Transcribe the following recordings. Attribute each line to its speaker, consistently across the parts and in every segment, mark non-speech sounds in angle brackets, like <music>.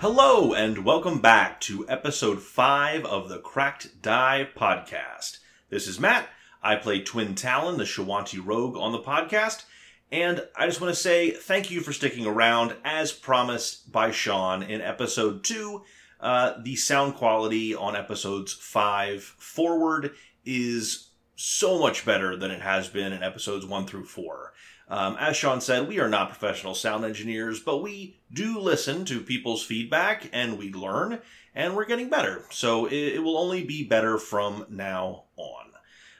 Speaker 1: Hello, and welcome back to episode 5 of the Cracked Die podcast. This is Matt. I play Twin Talon, the Shawanti Rogue, on the podcast. And I just want to say thank you for sticking around, as promised by Sean in episode 2. Uh, the sound quality on episodes 5 forward is so much better than it has been in episodes 1 through 4. Um, as Sean said, we are not professional sound engineers, but we do listen to people's feedback and we learn, and we're getting better. So it, it will only be better from now on.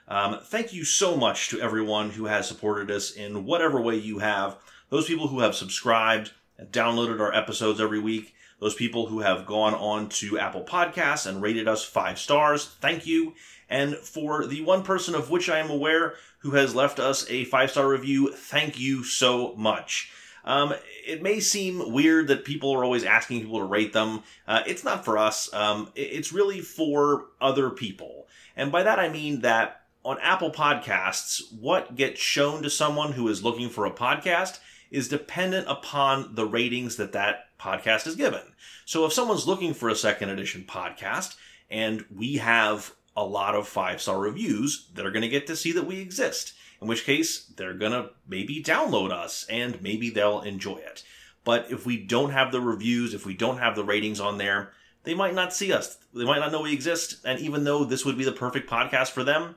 Speaker 1: Um, thank you so much to everyone who has supported us in whatever way you have. Those people who have subscribed and downloaded our episodes every week, those people who have gone on to Apple Podcasts and rated us five stars, thank you. And for the one person of which I am aware who has left us a five star review, thank you so much. Um, it may seem weird that people are always asking people to rate them. Uh, it's not for us, um, it- it's really for other people. And by that I mean that on Apple Podcasts, what gets shown to someone who is looking for a podcast is dependent upon the ratings that that podcast is given. So if someone's looking for a second edition podcast and we have a lot of five star reviews, they're going to get to see that we exist. In which case, they're going to maybe download us and maybe they'll enjoy it. But if we don't have the reviews, if we don't have the ratings on there, they might not see us. They might not know we exist. And even though this would be the perfect podcast for them,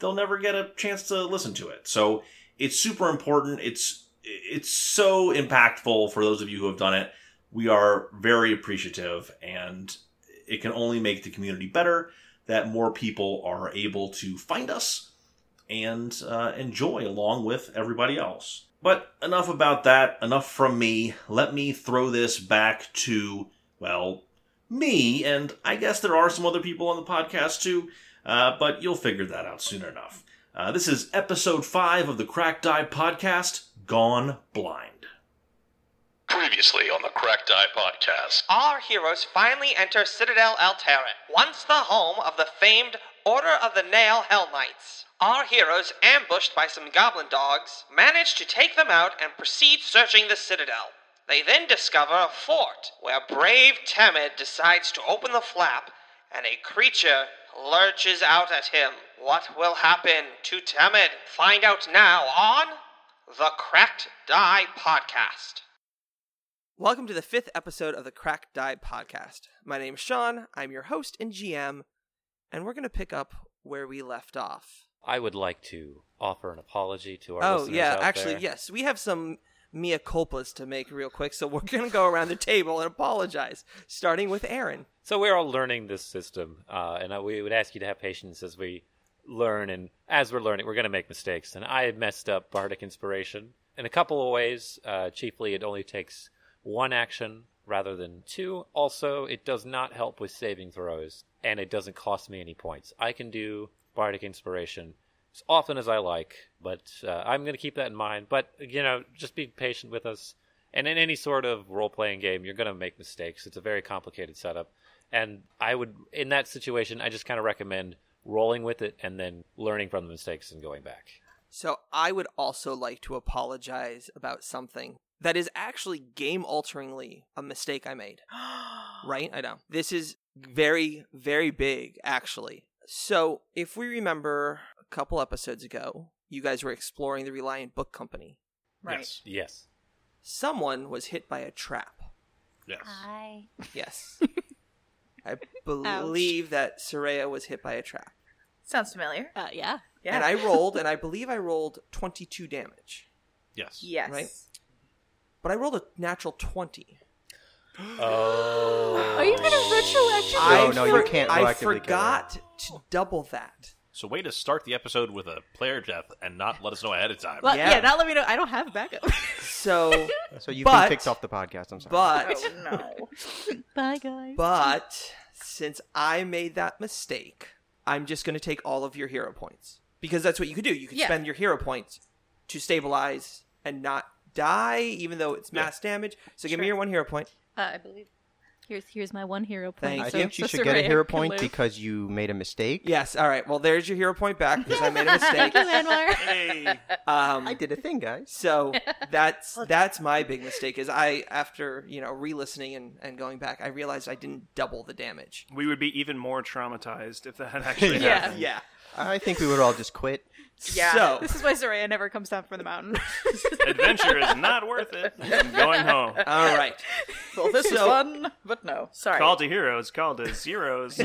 Speaker 1: they'll never get a chance to listen to it. So it's super important. It's it's so impactful for those of you who have done it. We are very appreciative and it can only make the community better that more people are able to find us and uh, enjoy along with everybody else. But enough about that, enough from me. Let me throw this back to, well, me, and I guess there are some other people on the podcast too, uh, but you'll figure that out soon enough. Uh, this is episode 5 of the Crack Dive Podcast Gone Blind.
Speaker 2: Previously on the Cracked Eye Podcast.
Speaker 3: Our heroes finally enter Citadel Elterran, once the home of the famed Order of the Nail Hell Knights. Our heroes, ambushed by some goblin dogs, manage to take them out and proceed searching the Citadel. They then discover a fort where brave Temid decides to open the flap and a creature lurches out at him. What will happen to Temid? Find out now on the Cracked Die Podcast. Welcome to the fifth episode of the Crack Die Podcast. My name's Sean, I'm your host and GM, and we're going to pick up where we left off.
Speaker 4: I would like to offer an apology to our
Speaker 3: Oh,
Speaker 4: listeners
Speaker 3: yeah,
Speaker 4: out
Speaker 3: actually,
Speaker 4: there.
Speaker 3: yes, we have some mea culpas to make real quick, so we're going to go around the table and apologize, starting with Aaron.
Speaker 4: So we're all learning this system, uh, and I, we would ask you to have patience as we learn. And as we're learning, we're going to make mistakes. And I messed up bardic inspiration in a couple of ways. Uh, chiefly, it only takes one action rather than two. Also, it does not help with saving throws, and it doesn't cost me any points. I can do bardic inspiration as often as I like, but uh, I'm going to keep that in mind. But you know, just be patient with us. And in any sort of role-playing game, you're going to make mistakes. It's a very complicated setup, and I would, in that situation, I just kind of recommend rolling with it and then learning from the mistakes and going back.
Speaker 3: So I would also like to apologize about something that is actually game alteringly a mistake I made. right? I know. This is very, very big, actually. So if we remember a couple episodes ago, you guys were exploring the Reliant Book Company.
Speaker 5: Right.
Speaker 1: Yes.
Speaker 4: Yes.
Speaker 3: Someone was hit by a trap.
Speaker 1: Yes.
Speaker 5: I
Speaker 3: Yes. I believe that Soraya was hit by a trap.
Speaker 5: sounds familiar.
Speaker 6: Uh, yeah.
Speaker 5: Yeah.
Speaker 3: And I rolled, and I believe I rolled 22 damage.
Speaker 1: Yes.
Speaker 5: yes.
Speaker 3: Right? But I rolled a natural 20.
Speaker 4: Oh.
Speaker 6: Are you gonna retroactively?
Speaker 7: <laughs>
Speaker 3: I
Speaker 8: Oh, No, no, you
Speaker 3: for-
Speaker 8: can't
Speaker 3: I
Speaker 8: proactively kill her.
Speaker 3: forgot to double that.
Speaker 1: So, way to start the episode with a player death and not let us know ahead of time.
Speaker 6: Well,
Speaker 3: Yeah.
Speaker 6: yeah. not let me know. I don't have backup.
Speaker 7: <laughs>
Speaker 3: So,
Speaker 8: So you've
Speaker 3: But-
Speaker 8: been kicked off the podcast. I'm sorry.
Speaker 3: but,
Speaker 5: Oh no.
Speaker 6: Bye, guys.
Speaker 3: but since I made that mistake, I'm just going to take all of your hero points because that's what you could do. You could
Speaker 6: Yeah.
Speaker 3: spend your hero points to stabilize and not die, even though it's mass damage. So give me
Speaker 6: Sure.
Speaker 3: your one hero point.
Speaker 6: Uh, I believe
Speaker 7: Here's here's my one hero point.
Speaker 3: Thank
Speaker 8: I
Speaker 3: So-
Speaker 8: think you
Speaker 7: so
Speaker 8: should get a
Speaker 7: Soraya
Speaker 8: hero
Speaker 7: can
Speaker 8: point
Speaker 7: live. <laughs>
Speaker 8: because you made a mistake.
Speaker 3: Yes. All right. Well, there's your hero point back because I
Speaker 6: <laughs>
Speaker 3: made a
Speaker 7: Thank
Speaker 3: mistake.
Speaker 7: you, Anwar.
Speaker 9: Hey.
Speaker 3: Um,
Speaker 8: I did a thing, guys.
Speaker 3: So that's that's my big mistake. Is I after you know re-listening and, and going back, I realized I didn't double the damage.
Speaker 10: We would be even more traumatized if that had actually
Speaker 7: Yeah.
Speaker 10: happened.
Speaker 3: Yeah.
Speaker 8: I think we would all just quit.
Speaker 7: <laughs>
Speaker 3: <laughs>
Speaker 7: Yeah.
Speaker 3: So
Speaker 7: This is why Soraya never comes down from the
Speaker 8: <laughs>
Speaker 7: mountain. <laughs>
Speaker 10: Adventure is not worth it. I'm going home.
Speaker 3: all right.
Speaker 5: <laughs> Well, this is
Speaker 3: So-
Speaker 5: fun, but no. Sorry.
Speaker 10: Call to heroes, call to zeros.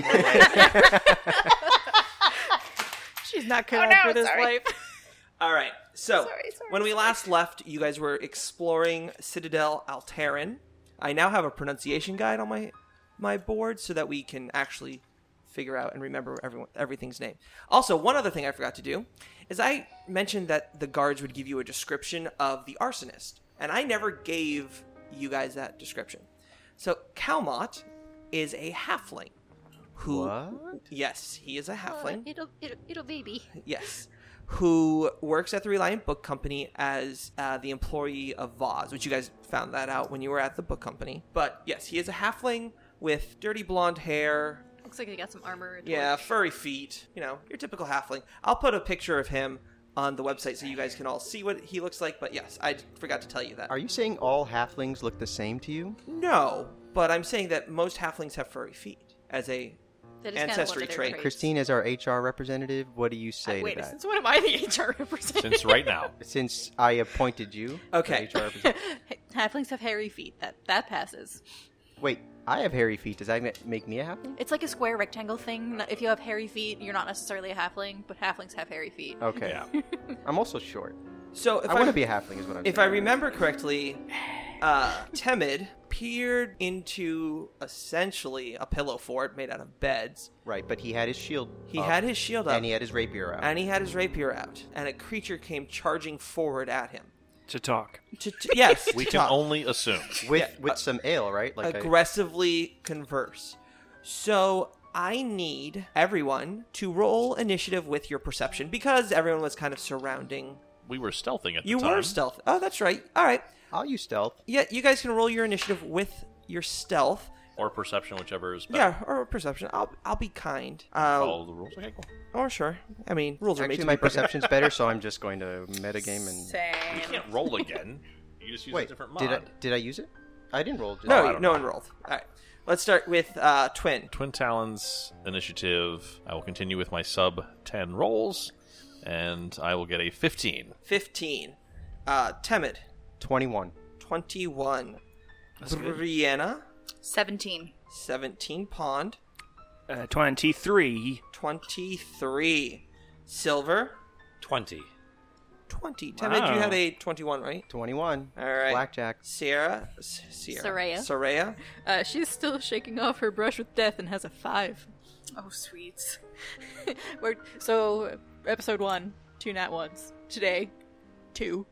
Speaker 7: She's not cut
Speaker 5: Oh,
Speaker 7: out
Speaker 5: no,
Speaker 7: for this
Speaker 5: sorry.
Speaker 7: life.
Speaker 3: <laughs> All right. So
Speaker 5: Sorry, sorry,
Speaker 3: when we last left, you guys were exploring Citadel Alteran. I now have a pronunciation guide on my my board so that we can actually figure out and remember everyone everything's name. Also, one other thing I forgot to do is I mentioned that the guards would give you a description of the arsonist, and I never gave you guys that description. So Calmot is a halfling who
Speaker 8: What?
Speaker 3: yes, he is a halfling
Speaker 7: Oh, It'll, it'll, it'll baby.
Speaker 3: yes, who works at the Reliant Book Company as uh, the employee of Voz, which you guys found that out when you were at the book company. But yes, he is a halfling with dirty blonde hair,
Speaker 7: Looks like they got some armor. and
Speaker 3: yeah,
Speaker 7: torch.
Speaker 3: furry feet, you know, your typical halfling. I'll put a picture of him on the website so you guys can all see what he looks like, but yes, I forgot to tell you that.
Speaker 8: Are you saying all halflings look the same to you?
Speaker 3: No, but I'm saying that most halflings have furry feet as a
Speaker 7: That is kinda one of
Speaker 3: ancestry
Speaker 7: their
Speaker 3: trait.
Speaker 7: traits.
Speaker 8: Christine is our HR representative. What do you say
Speaker 7: Wait,
Speaker 8: to that?
Speaker 7: since when am I the <laughs> HR representative?
Speaker 4: Since right now.
Speaker 8: Since I appointed you, the
Speaker 3: Okay.
Speaker 8: HR representative.
Speaker 7: Halflings have hairy feet. That that passes.
Speaker 8: Wait, I have hairy feet. Does that ma- make me a halfling?
Speaker 7: It's like a square rectangle thing. that If you have hairy feet, you're not necessarily a halfling, but halflings have hairy feet.
Speaker 8: Okay. <laughs> I'm also short.
Speaker 3: So if
Speaker 8: I want to be a halfling, is what I'm
Speaker 3: If I
Speaker 8: saying.
Speaker 3: remember correctly, uh, Temid peered into essentially a pillow fort made out of beds.
Speaker 8: Right, but he had his shield.
Speaker 3: He
Speaker 8: up,
Speaker 3: had his shield up,
Speaker 8: and he had his rapier out.
Speaker 3: and he had his rapier out, and a creature came charging forward at him.
Speaker 10: to talk.
Speaker 3: To, to- yes,
Speaker 9: <laughs> We
Speaker 3: to
Speaker 9: can
Speaker 3: talk.
Speaker 9: only assume.
Speaker 8: with
Speaker 3: yeah,
Speaker 8: with
Speaker 3: uh,
Speaker 8: some ale, right? Like I-
Speaker 3: aggressively converse. So I need everyone to roll initiative with your perception because everyone was kind of surrounding.
Speaker 1: We were stealthing at the
Speaker 3: You
Speaker 1: time.
Speaker 3: were stealth. Oh, that's right. All right.
Speaker 8: I'll use stealth.
Speaker 3: Yeah, you guys can roll your initiative with your stealth.
Speaker 1: Or perception, whichever is better.
Speaker 3: Yeah, or perception. I'll I'll be kind. Uh,
Speaker 1: Follow the rules. Okay, cool.
Speaker 3: or sure. I mean, rules are made
Speaker 8: Actually,
Speaker 3: to
Speaker 8: my
Speaker 3: be broken.
Speaker 8: perception's better,
Speaker 3: <laughs>
Speaker 8: so I'm just going to metagame and
Speaker 1: You
Speaker 5: Same.
Speaker 1: can't roll again. You just use a
Speaker 8: wait.
Speaker 1: different mod.
Speaker 8: Did I did I use it? I didn't roll. did I?
Speaker 3: No, no one rolled. All right, let's start with uh, twin.
Speaker 1: Twin Talons initiative. I will continue with my sub 10 rolls, and I will get a 15.
Speaker 3: Fifteen. Uh, Temid.
Speaker 8: Twenty-one.
Speaker 3: Twenty-one. Brianna.
Speaker 5: 17.
Speaker 3: Seventeen. Pond.
Speaker 10: Uh, 23.
Speaker 3: Twenty-three. Silver.
Speaker 4: 20.
Speaker 3: Twenty. Temid, you
Speaker 10: Wow.
Speaker 3: had a twenty-one, right?
Speaker 8: Twenty-one.
Speaker 3: All right.
Speaker 8: Blackjack.
Speaker 3: Sierra. S- Sierra.
Speaker 7: Soraya.
Speaker 3: Soraya.
Speaker 7: Uh, she's still shaking off her brush with death and has a five.
Speaker 5: Oh, sweet.
Speaker 7: <laughs> We're, so episode one, two nat ones. Today, two.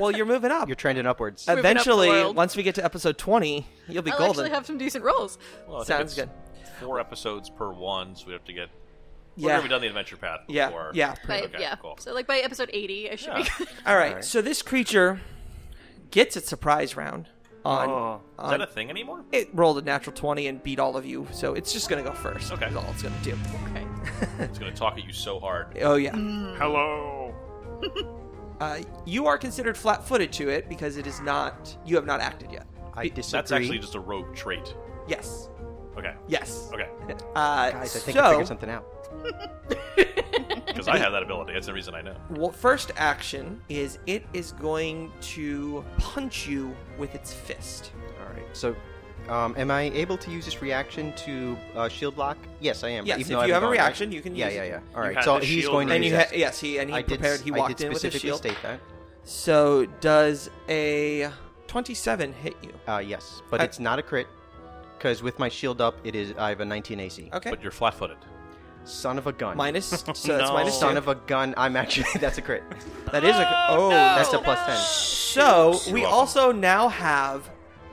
Speaker 3: Well, you're moving up.
Speaker 8: <laughs> You're trending upwards.
Speaker 7: moving up the
Speaker 3: Eventually,
Speaker 7: world.
Speaker 3: once we get to episode twenty, you'll be
Speaker 7: I'll
Speaker 3: golden.
Speaker 7: actually have some decent rolls.
Speaker 1: Well, I think
Speaker 3: Sounds
Speaker 1: it's
Speaker 3: good.
Speaker 1: Four episodes per one, so we have to get. We've
Speaker 3: Yeah.
Speaker 1: already done the adventure path
Speaker 3: Yeah,
Speaker 1: before.
Speaker 3: yeah.
Speaker 7: By,
Speaker 1: Okay,
Speaker 7: yeah.
Speaker 1: cool.
Speaker 7: So like by episode eighty, I should be
Speaker 1: Yeah.
Speaker 7: good.
Speaker 3: All right,
Speaker 8: Alright.
Speaker 3: so this creature gets its surprise round on.
Speaker 10: Oh.
Speaker 1: Is
Speaker 3: on-
Speaker 1: that a thing anymore?
Speaker 3: it rolled a natural 20 and beat all of you, so it's just going to go first.
Speaker 1: Okay.
Speaker 3: That's all it's going to do.
Speaker 7: Okay.
Speaker 1: It's going to talk at you so hard.
Speaker 3: Oh, yeah.
Speaker 10: Hello.
Speaker 3: Uh, you are considered flat footed to it because it is not. You have not acted yet.
Speaker 8: I disagree.
Speaker 1: That's actually just a rogue trait.
Speaker 3: Yes.
Speaker 1: Okay,
Speaker 3: Yes. <laughs>
Speaker 1: okay.
Speaker 3: Uh,
Speaker 8: Guys, I think I
Speaker 3: so,
Speaker 8: figured something out.
Speaker 1: Because I have that ability. That's the reason I know.
Speaker 3: well, first action is it is going to punch you with its fist.
Speaker 8: All right. So, um, am I able to use this reaction to uh, shield block? Yes, I am.
Speaker 3: Yes,
Speaker 8: even
Speaker 3: if
Speaker 8: though I
Speaker 3: you have
Speaker 8: haven't
Speaker 3: a
Speaker 8: gone, right?
Speaker 3: reaction, you can
Speaker 8: Yeah,
Speaker 3: use
Speaker 8: yeah,
Speaker 3: it.
Speaker 8: yeah. All
Speaker 1: You
Speaker 8: right.
Speaker 1: had
Speaker 8: So
Speaker 1: the
Speaker 8: he's
Speaker 1: shield
Speaker 8: going to
Speaker 3: And
Speaker 8: use
Speaker 3: you ha-
Speaker 8: that.
Speaker 3: yes, he and he
Speaker 8: I did,
Speaker 3: prepared. he
Speaker 8: I
Speaker 3: walked
Speaker 8: did
Speaker 3: in with a
Speaker 8: specifically
Speaker 3: shield.
Speaker 8: state that.
Speaker 3: So does a 27 hit you?
Speaker 8: Uh, yes, but
Speaker 3: I-
Speaker 8: it's not a crit because with my shield up, it is. I have a 19 AC.
Speaker 3: Okay.
Speaker 1: But <laughs> you're flat footed.
Speaker 8: Son of a gun.
Speaker 3: Minus, so that's minus
Speaker 8: Son
Speaker 3: two.
Speaker 8: of a gun. I'm actually. <laughs> That's a crit.
Speaker 3: that is a oh
Speaker 8: That's a plus 10.
Speaker 3: so
Speaker 1: You're
Speaker 3: we
Speaker 1: welcome.
Speaker 3: also now have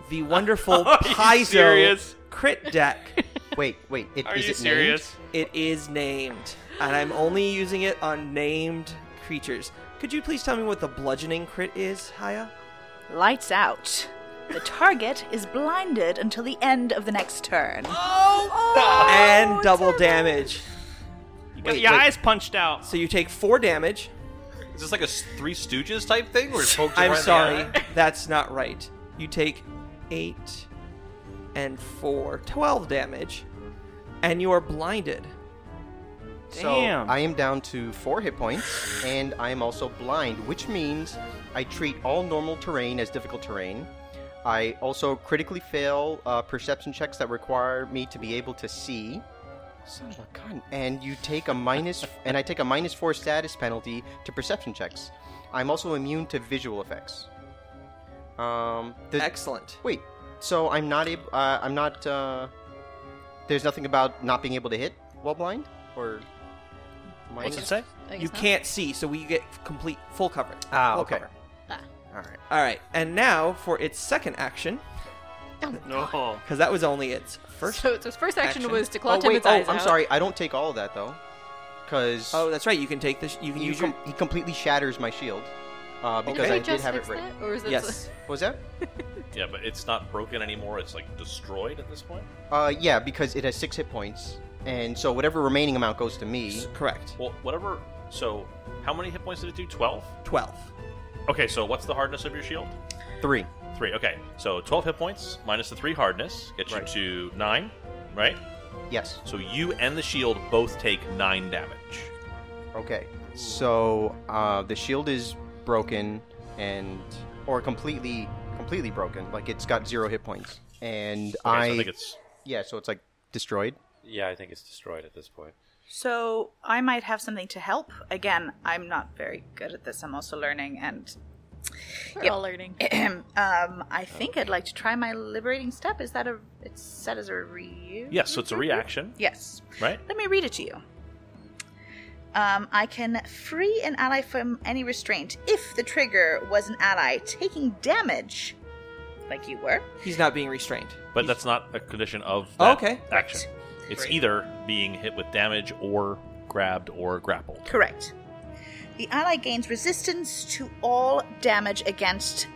Speaker 3: the wonderful
Speaker 10: Are you
Speaker 3: Paizo
Speaker 10: serious?
Speaker 3: crit deck.
Speaker 8: Wait, wait. It,
Speaker 10: Are
Speaker 8: is
Speaker 10: you
Speaker 8: it
Speaker 10: serious?
Speaker 3: It is named, and I'm only using it on named creatures. Could you please tell me what the bludgeoning crit is, Haya?
Speaker 5: Lights out. The target is blinded until the end of the next turn.
Speaker 3: and double damage.
Speaker 10: You got
Speaker 3: Wait,
Speaker 10: your
Speaker 3: wait.
Speaker 10: eyes punched out.
Speaker 3: So you take four damage.
Speaker 1: Is this like a s- Three Stooges type thing?
Speaker 3: <laughs>
Speaker 1: Where it pokes you right
Speaker 3: I'm
Speaker 1: in the
Speaker 3: sorry,
Speaker 1: eye?
Speaker 3: that's not right. You take eight and four, 12 damage, and you are blinded.
Speaker 10: Damn.
Speaker 8: So I am down to four hit points, and I am also blind, which means I treat all normal terrain as difficult terrain. I also critically fail uh, perception checks that require me to be able to see. Son of a gun. And you take a minus, and I take a minus four status penalty to perception checks. I'm also immune to visual effects. Um, the,
Speaker 3: Excellent.
Speaker 8: wait, so I'm not able. Uh, I'm not. Uh, there's nothing about not being able to hit while blind, or.
Speaker 7: What's
Speaker 8: minus-
Speaker 7: it
Speaker 10: say?
Speaker 7: I guess
Speaker 3: You
Speaker 7: not.
Speaker 3: can't see, so we get complete full coverage.
Speaker 8: Ah,
Speaker 3: Full
Speaker 8: okay.
Speaker 3: cover.
Speaker 8: All right.
Speaker 3: All right, and now for its second action,
Speaker 10: No.
Speaker 3: because that was only its first.
Speaker 7: So, so his first action,
Speaker 3: action.
Speaker 7: was to
Speaker 8: Oh
Speaker 7: clutch him
Speaker 8: wait.
Speaker 7: his
Speaker 8: Oh,
Speaker 7: eyes
Speaker 8: I'm
Speaker 7: out.
Speaker 8: sorry. I don't take all of that though, because
Speaker 3: <laughs> oh, that's right. You can take this. You can
Speaker 8: he,
Speaker 3: use
Speaker 7: <laughs>
Speaker 3: your.
Speaker 8: com- he completely shatters my shield uh, because
Speaker 3: Okay.
Speaker 8: I
Speaker 7: Did
Speaker 8: did
Speaker 7: just
Speaker 8: have it
Speaker 7: fix
Speaker 8: right.
Speaker 7: that? Or is it
Speaker 3: Yes.
Speaker 8: What was that?
Speaker 1: Yeah, but it's not broken anymore. It's like destroyed at this point.
Speaker 8: Uh, yeah, because it has six hit points, and so whatever remaining amount goes to me.
Speaker 3: Correct.
Speaker 1: Well, whatever. So, how many hit points did it do? Twelve.
Speaker 3: 12.
Speaker 1: Okay, so what's the hardness of your shield?
Speaker 8: Three.
Speaker 1: Three. Okay, so twelve hit points minus the three hardness gets
Speaker 8: Right.
Speaker 1: you to nine, right?
Speaker 8: Yes.
Speaker 1: So you and the shield both take nine damage.
Speaker 8: Okay. So uh, the shield is broken and or completely completely broken. Like it's got zero hit points. And
Speaker 1: Okay,
Speaker 8: I,
Speaker 1: so I think it's
Speaker 8: yeah, so it's like destroyed.
Speaker 4: Yeah, I think it's destroyed at this point.
Speaker 5: So I might have something to help. Again, I'm not very good at this. I'm also learning, and <clears throat>
Speaker 7: We're
Speaker 5: Yep.
Speaker 7: all learning.
Speaker 5: um, I think I'd like to try my liberating step. Is that a? It's set as a re.
Speaker 1: yes. So it's a reaction,
Speaker 5: Yes.
Speaker 1: right?
Speaker 5: Let me read it to you. Um, I can free an ally from any restraint if the trigger was an ally taking damage, like you were.
Speaker 3: He's not being restrained.
Speaker 1: But that's not a condition of that
Speaker 3: Okay.
Speaker 1: action. It's either being hit with damage or grabbed or grappled.
Speaker 5: Correct. The ally gains resistance to all damage against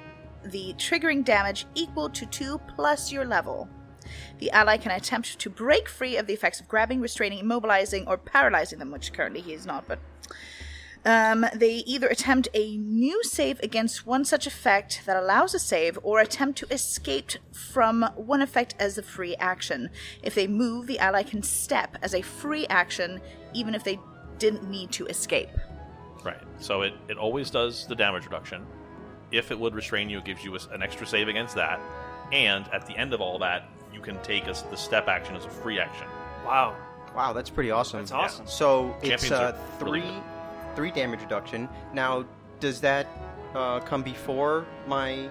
Speaker 5: the triggering damage equal to 2 plus your level. The ally can attempt to break free of the effects of grabbing, restraining, immobilizing, or paralyzing them, which currently he is not, but. Um, they either attempt a new save against one such effect that allows a save, or attempt to escape from one effect as a free action. If they move, the ally can step as a free action, even if they didn't need to escape.
Speaker 1: Right. So it, it always does the damage reduction. If it would restrain you, it gives you a s an extra save against that. And at the end of all that, you can take us the step action as a free action.
Speaker 10: Wow.
Speaker 8: Wow, that's pretty awesome.
Speaker 10: That's awesome.
Speaker 8: So it's
Speaker 1: Champions
Speaker 8: uh,
Speaker 1: are really
Speaker 8: three three damage reduction. Now, does that uh, come before my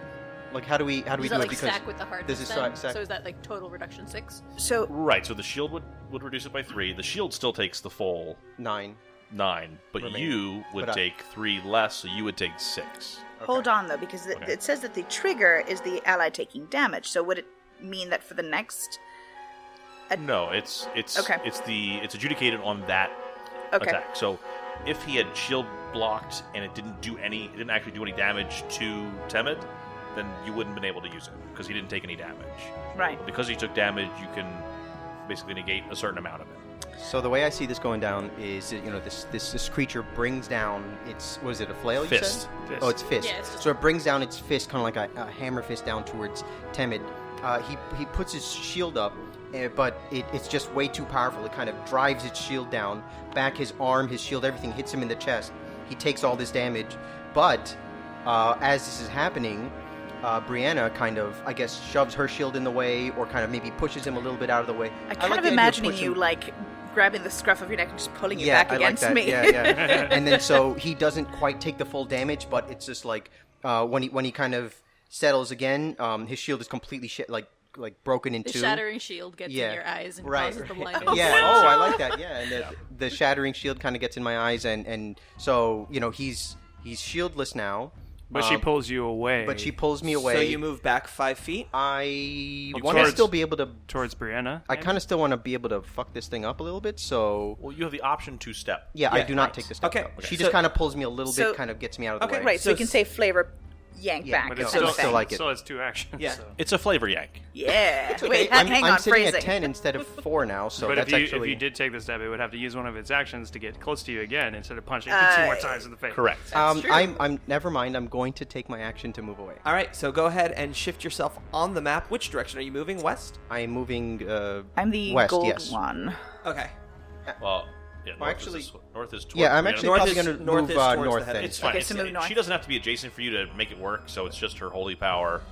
Speaker 8: like? How do we how do we
Speaker 7: Does
Speaker 8: do
Speaker 7: that like
Speaker 8: it? because
Speaker 7: stack with the hardness?
Speaker 8: this is
Speaker 7: then?
Speaker 8: stack- stack-
Speaker 7: So is that like total reduction six?
Speaker 5: So,
Speaker 1: Right. So the shield would would reduce it by three. The shield still takes the full
Speaker 8: nine.
Speaker 1: nine, but
Speaker 8: Remaining.
Speaker 1: you would
Speaker 8: But uh, I-
Speaker 1: take three less, so you would take six.
Speaker 5: hold on though, because it,
Speaker 1: Okay.
Speaker 5: it says that the trigger is the ally taking damage. So, would it mean that for the next?
Speaker 8: uh,
Speaker 1: No, it's it's
Speaker 5: Okay.
Speaker 1: it's the it's adjudicated on that
Speaker 5: Okay.
Speaker 1: attack. So if he had shield blocked and it didn't do any, it didn't actually do any damage to Temid, then you wouldn't been able to use it because he didn't take any damage.
Speaker 5: Right.
Speaker 1: But because he took damage, you can basically negate a certain amount of it.
Speaker 8: So the way I see this going down is, that, you know, this this this creature brings down its was it a flail? You
Speaker 1: Fist.
Speaker 8: said?
Speaker 10: Fist.
Speaker 8: Oh, it's fist.
Speaker 7: Yeah, it's just-
Speaker 8: so it brings down its fist, kind of like a, a hammer fist down towards Temid. Uh, he he puts his shield up, eh, but it, it's just way too powerful. It kind of drives its shield down, back his arm, his shield, everything hits him in the chest. He takes all this damage, but uh, as this is happening, uh, Brianna kind of, I guess, shoves her shield in the way, or kind of maybe pushes him a little bit out of the way.
Speaker 5: I kind of
Speaker 8: like the idea
Speaker 5: imagining
Speaker 8: pushing-
Speaker 5: you like grabbing the scruff of your neck and just pulling you back
Speaker 8: I like
Speaker 5: against
Speaker 8: that.
Speaker 5: me. <laughs>
Speaker 8: Yeah, yeah. and then so he doesn't quite take the full damage, but it's just like uh, when he when he kind of settles again, um, his shield is completely sh- like like broken in
Speaker 7: The
Speaker 8: two.
Speaker 7: shattering shield gets
Speaker 8: Yeah.
Speaker 7: in your eyes and
Speaker 8: Right, <laughs>
Speaker 7: causes the
Speaker 8: right.
Speaker 7: blindness.
Speaker 8: yeah. Oh, I like that. Yeah, and the, the shattering shield kind of gets in my eyes, and and so you know he's he's shieldless now.
Speaker 10: But she pulls you away.
Speaker 8: But she pulls me away.
Speaker 3: So you move back five feet.
Speaker 8: I
Speaker 10: Well,
Speaker 8: want to
Speaker 10: towards-
Speaker 8: still be able to.
Speaker 10: towards Brianna.
Speaker 8: I kind of still want to be able to fuck this thing up a little bit. So
Speaker 1: Well, you have the option to step.
Speaker 8: yeah, I
Speaker 3: Yeah,
Speaker 8: do not
Speaker 3: right.
Speaker 8: take the step.
Speaker 3: Okay.
Speaker 8: though.
Speaker 3: Okay.
Speaker 8: She
Speaker 3: So-
Speaker 8: just kind of pulls me a little
Speaker 5: So-
Speaker 8: bit, kind of gets me out of the
Speaker 3: Okay,
Speaker 8: way.
Speaker 5: Right. So,
Speaker 3: So
Speaker 5: we can
Speaker 3: s-
Speaker 5: say flavor yank
Speaker 8: Yeah,
Speaker 5: back.
Speaker 10: But
Speaker 5: sort
Speaker 10: it's still,
Speaker 5: of
Speaker 8: I still
Speaker 5: thing.
Speaker 8: like it.
Speaker 10: still has two actions.
Speaker 3: Yeah.
Speaker 10: So.
Speaker 1: It's a flavor yank.
Speaker 5: <laughs> Yeah. Wait,
Speaker 8: I'm,
Speaker 5: hang, hang
Speaker 8: I'm
Speaker 5: on.
Speaker 8: sitting
Speaker 5: Phrasing.
Speaker 8: at ten instead of four now, so
Speaker 10: but if
Speaker 8: that's
Speaker 10: you
Speaker 8: actually
Speaker 10: if you did take the step, it would have to use one of its actions to get close to you again instead of punching you two
Speaker 5: Uh,
Speaker 10: more times in the face.
Speaker 1: Correct.
Speaker 8: Um,
Speaker 5: true.
Speaker 8: I'm, I'm never mind. I'm going to take my action to move away.
Speaker 3: All right, so go ahead and shift yourself on the map. Which direction are you moving? West?
Speaker 8: I am moving. Uh,
Speaker 5: I'm the
Speaker 8: west,
Speaker 5: gold
Speaker 8: yes.
Speaker 5: one.
Speaker 3: Okay.
Speaker 1: Well, yeah, north
Speaker 8: actually-
Speaker 1: is, this- north is toward
Speaker 8: Yeah, I'm
Speaker 1: Brianna.
Speaker 8: actually
Speaker 3: North
Speaker 8: probably
Speaker 3: is-
Speaker 8: going to
Speaker 3: north
Speaker 8: move
Speaker 3: is
Speaker 8: uh,
Speaker 3: towards the
Speaker 8: north
Speaker 3: head.
Speaker 8: then.
Speaker 1: It's fine.
Speaker 5: Okay,
Speaker 1: It's-
Speaker 5: so move
Speaker 1: it-
Speaker 5: north.
Speaker 1: She doesn't have to be adjacent for you to make it work, so it's just her holy power.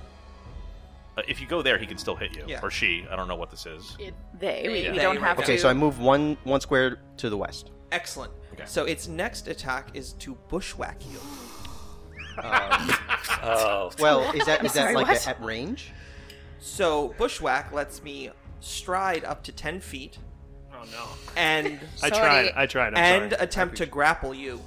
Speaker 1: Uh, if you go there, he can still hit you.
Speaker 3: Yeah.
Speaker 1: Or she. I don't know what this
Speaker 6: <laughs>
Speaker 1: is.
Speaker 7: It,
Speaker 5: They. We,
Speaker 7: Yeah.
Speaker 5: we
Speaker 3: They
Speaker 5: don't
Speaker 3: right
Speaker 5: have
Speaker 3: now.
Speaker 5: to.
Speaker 8: Okay, so I move one one square to the
Speaker 5: <laughs>
Speaker 8: west.
Speaker 3: Excellent.
Speaker 1: Okay.
Speaker 3: So its next attack is to bushwhack you.
Speaker 4: Oh,
Speaker 8: Well, is that is that
Speaker 5: sorry,
Speaker 8: like
Speaker 5: what?
Speaker 8: a, at range?
Speaker 3: So bushwhack lets me stride up to ten feet
Speaker 10: Oh no!
Speaker 3: and
Speaker 5: Sorry.
Speaker 10: I tried. I tried. I'm
Speaker 3: and
Speaker 10: sorry.
Speaker 3: attempt to grapple you.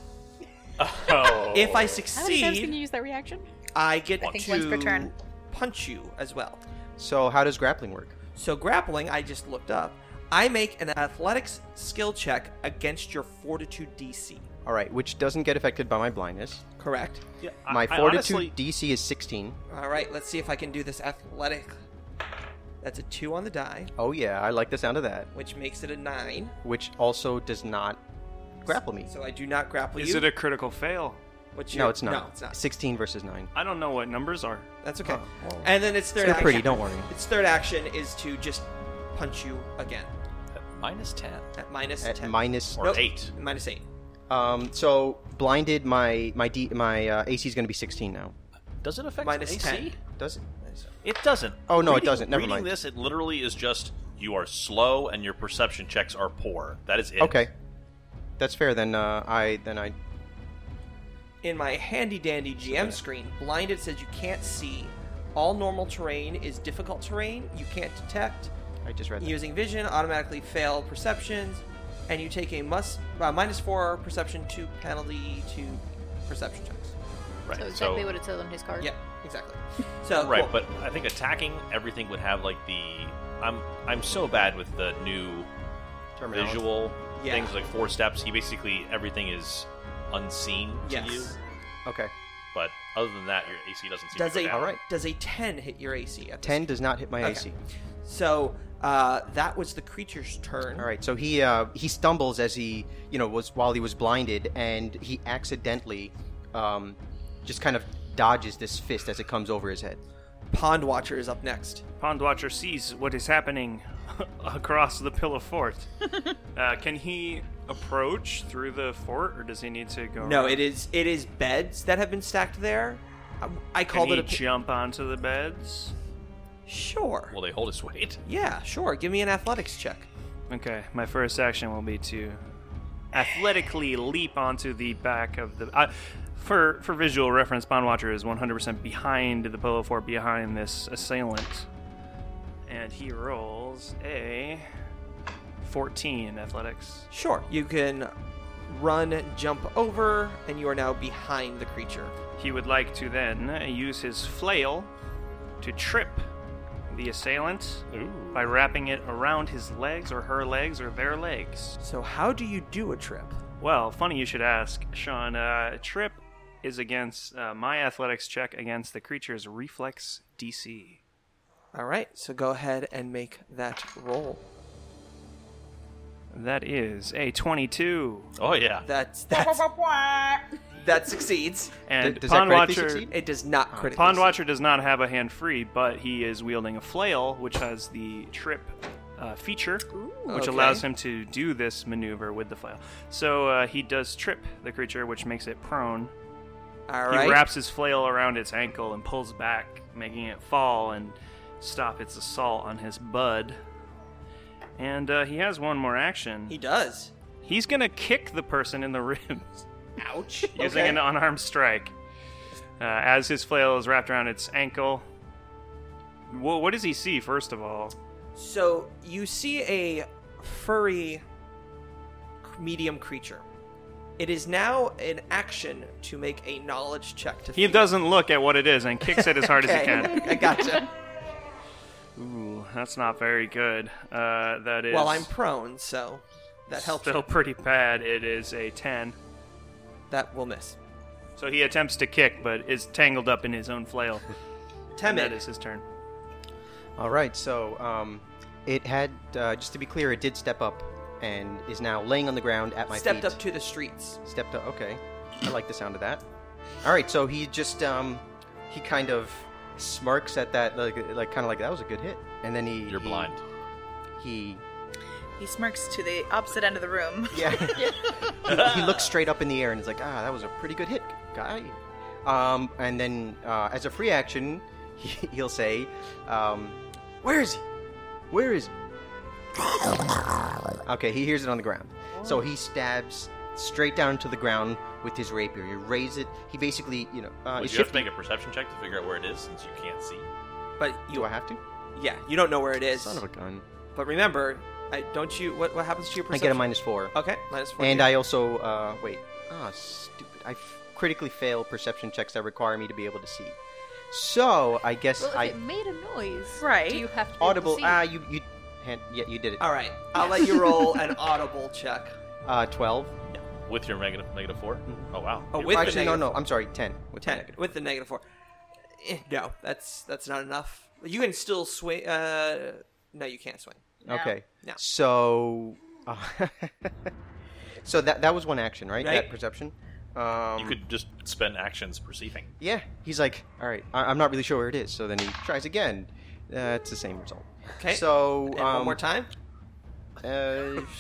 Speaker 1: Oh.
Speaker 3: If
Speaker 7: how many
Speaker 3: I
Speaker 7: times can you
Speaker 3: succeed,
Speaker 7: use that reaction?
Speaker 3: I get
Speaker 5: I think once per
Speaker 3: to
Speaker 5: turn.
Speaker 3: punch you as well.
Speaker 8: So how does grappling work?
Speaker 3: So grappling, I just looked up. I make an athletics skill check against your fortitude DC.
Speaker 8: All right, which doesn't get affected by my blindness.
Speaker 3: Correct.
Speaker 1: Yeah, I-
Speaker 8: My
Speaker 1: I
Speaker 8: fortitude
Speaker 1: honestly-
Speaker 8: DC is 16.
Speaker 3: All right, let's see if I can do this athletic. That's a two on the die,
Speaker 8: Oh yeah, I like the sound of that.
Speaker 3: which makes it a nine.
Speaker 8: Which also does not grapple me.
Speaker 3: So I do not grapple
Speaker 10: is
Speaker 3: you.
Speaker 10: it a critical fail?
Speaker 3: which
Speaker 8: No,
Speaker 3: you-
Speaker 8: it's not.
Speaker 3: No, it's not.
Speaker 8: 16 versus 9.
Speaker 10: I don't know what numbers are.
Speaker 3: That's okay.
Speaker 8: Oh, well.
Speaker 3: and then its 3rd
Speaker 8: They're
Speaker 3: action.
Speaker 8: pretty, don't worry.
Speaker 3: Its third action is to just punch you again
Speaker 1: Minus 10.
Speaker 3: at minus
Speaker 8: At
Speaker 3: ten.
Speaker 8: minus
Speaker 1: Or
Speaker 3: Nope.
Speaker 1: 8.
Speaker 3: minus eight.
Speaker 8: um so blinded my my D, my uh, AC is going to be 16 now.
Speaker 1: Does it affect
Speaker 3: Minus
Speaker 1: AC?
Speaker 3: 10.
Speaker 8: Does it?
Speaker 1: It doesn't.
Speaker 8: Oh, no, it
Speaker 1: Reading-
Speaker 8: doesn't. Never
Speaker 1: reading
Speaker 8: mind.
Speaker 1: this, it literally is just you are slow and your perception checks are poor. That is it.
Speaker 8: Okay. That's fair then. Uh, I then I
Speaker 3: In my handy dandy GM screen, blinded says you can't see. All normal terrain is difficult terrain. You can't detect.
Speaker 8: I just read that.
Speaker 3: Using vision, automatically fail perceptions, and you take a must uh, minus four perception two penalty to perception checks.
Speaker 1: Right.
Speaker 6: So
Speaker 1: So,
Speaker 6: exactly what it says on his card.
Speaker 3: Yeah,
Speaker 1: <laughs>
Speaker 3: exactly. So
Speaker 1: right,
Speaker 3: cool.
Speaker 1: but I think attacking everything would have like the I'm I'm so bad with the new
Speaker 8: Terminology.
Speaker 1: visual
Speaker 3: Yeah.
Speaker 1: things like four steps. He basically everything is unseen
Speaker 3: yes.
Speaker 1: to you.
Speaker 8: Okay.
Speaker 1: But other than that, your AC doesn't seem
Speaker 3: Does
Speaker 1: to go
Speaker 3: a
Speaker 1: down.
Speaker 8: Alright.
Speaker 3: does a ten hit your AC? At this
Speaker 8: 10 does not hit my
Speaker 3: Okay.
Speaker 8: AC.
Speaker 3: So uh, that was the creature's turn.
Speaker 8: All right, so he uh, he stumbles as he you know was while he was blinded, and he accidentally um, just kind of dodges this fist as it comes over his head.
Speaker 3: Pond Watcher is up next.
Speaker 10: Pond Watcher sees what is happening <laughs> across the Pillow Fort.
Speaker 1: <laughs>
Speaker 10: uh, can he approach through the fort, or does he need to go?
Speaker 3: No,
Speaker 10: around?
Speaker 3: it is it is beds that have been stacked there. I, I
Speaker 10: Can
Speaker 3: called
Speaker 10: he
Speaker 3: it a pi-
Speaker 10: jump onto the beds?
Speaker 3: sure.
Speaker 1: Will they hold his weight? <laughs>
Speaker 3: yeah, sure. Give me an athletics check.
Speaker 10: Okay, my first action will be to athletically leap onto the back of the. I for for visual reference, Pond Watcher is 100% behind the Pillow Fort, behind this assailant, and he rolls a 14 athletics.
Speaker 3: Sure, you can run, jump over, and you are now behind the creature.
Speaker 10: He would like to then use his flail to trip the assailant by wrapping it around his legs or her legs or their legs.
Speaker 3: So how do you do a trip?
Speaker 10: Well, funny you should ask, Sean. Uh, trip is against uh, my athletics check against the creature's reflex DC.
Speaker 3: All right, so go ahead and make that roll.
Speaker 10: That is a 22.
Speaker 1: Oh yeah.
Speaker 3: That's that's that succeeds.
Speaker 10: And
Speaker 8: Th- does that
Speaker 10: Pond
Speaker 8: critically
Speaker 10: Watcher.
Speaker 8: succeed?
Speaker 3: It does not critically.
Speaker 10: Pond
Speaker 3: succeed.
Speaker 10: Watcher does not have a hand free, but he is wielding a flail, which has the trip uh, feature, which
Speaker 3: Okay.
Speaker 10: allows him to do this maneuver with the flail. So uh, he does trip the creature, which makes it prone.
Speaker 3: All
Speaker 10: he
Speaker 3: right.
Speaker 10: wraps his flail around its ankle and pulls back, making it fall and stop its assault on his bud. And uh, he has one more action.
Speaker 3: He does.
Speaker 10: He's gonna kick the person in the <laughs> ribs
Speaker 3: Ouch.
Speaker 10: using
Speaker 3: Okay.
Speaker 10: an unarmed strike. Uh, as his flail is wrapped around its ankle. Wha what does he see, first of all?
Speaker 3: So you see a furry c- medium creature. It is now an action to make a knowledge check to.
Speaker 10: He
Speaker 3: feel-
Speaker 10: doesn't look at what it is and kicks it as hard as he
Speaker 3: <laughs> Okay,
Speaker 10: can.
Speaker 3: I
Speaker 10: <laughs>
Speaker 3: gotcha.
Speaker 10: Ooh, that's not very good. Uh, that is.
Speaker 3: well, I'm prone, so that helps.
Speaker 10: Still pretty bad. It is a 10.
Speaker 3: That will miss.
Speaker 10: So he attempts to kick, but is tangled up in his own flail. And that
Speaker 3: Temid.
Speaker 10: is his turn.
Speaker 8: All right, so um, it had uh, just to be clear, it did step up and is now laying on the ground at my
Speaker 3: stepped
Speaker 8: feet.
Speaker 3: up to the streets.
Speaker 8: Stepped up. Okay, I like the sound of that. All right, so he just um, he kind of smirks at that, like, like kind of like that was a good hit, and then he
Speaker 1: You're
Speaker 8: he-
Speaker 1: blind.
Speaker 8: He
Speaker 5: He smirks to the opposite end of the room.
Speaker 8: <laughs> yeah. he looks straight up in the air and is like, ah, that was a pretty good hit, guy. Um, and then uh, as a free action, <laughs> he, he'll say, um, where is he? Where is he? Okay, he hears it on the ground. So he stabs straight down to the ground with his rapier. He raises it. He basically, you know, uh,
Speaker 1: Would
Speaker 8: it's
Speaker 1: you have to
Speaker 8: shifting-
Speaker 1: make a perception check to figure out where it is since you can't see?
Speaker 3: But
Speaker 8: Do
Speaker 3: you,
Speaker 8: I have to?
Speaker 3: yeah, you don't know where it is.
Speaker 8: Son of a gun.
Speaker 3: But remember, I don't you. What what happens to your
Speaker 8: I
Speaker 3: perception?
Speaker 8: get a minus four.
Speaker 3: Okay, minus four.
Speaker 8: And I also, uh, wait. Ah, stupid. I f- critically fail perception checks that require me to be able to see. So, I guess
Speaker 7: Well, if
Speaker 8: I.
Speaker 7: it made a noise,
Speaker 5: Right.
Speaker 7: Do you have to be able to
Speaker 8: Audible.
Speaker 7: see?
Speaker 8: Ah, you. you hand, yeah, you did it.
Speaker 3: All right, I'll let you roll an <laughs> audible check.
Speaker 8: Uh, 12.
Speaker 1: With your negative negative four? Oh wow.
Speaker 3: Oh,
Speaker 1: You're
Speaker 3: with the
Speaker 8: Actually, no,
Speaker 3: negative-
Speaker 8: no. I'm sorry. 10. With the
Speaker 3: Ten
Speaker 8: negative.
Speaker 3: with the negative four. Eh, no, that's that's not enough. You can still swing. Uh, no, you can't swing.
Speaker 8: Okay.
Speaker 3: No.
Speaker 8: So. uh, <laughs> so that that was one action, right?
Speaker 3: Right.
Speaker 8: That perception. Um,
Speaker 1: You could just spend actions perceiving.
Speaker 8: Yeah. He's like, all right. I- I'm not really sure where it is. So then he tries again. Uh, it's the same result.
Speaker 3: Okay.
Speaker 8: So
Speaker 3: And
Speaker 8: um,
Speaker 3: one more time.
Speaker 8: Uh,
Speaker 3: <laughs>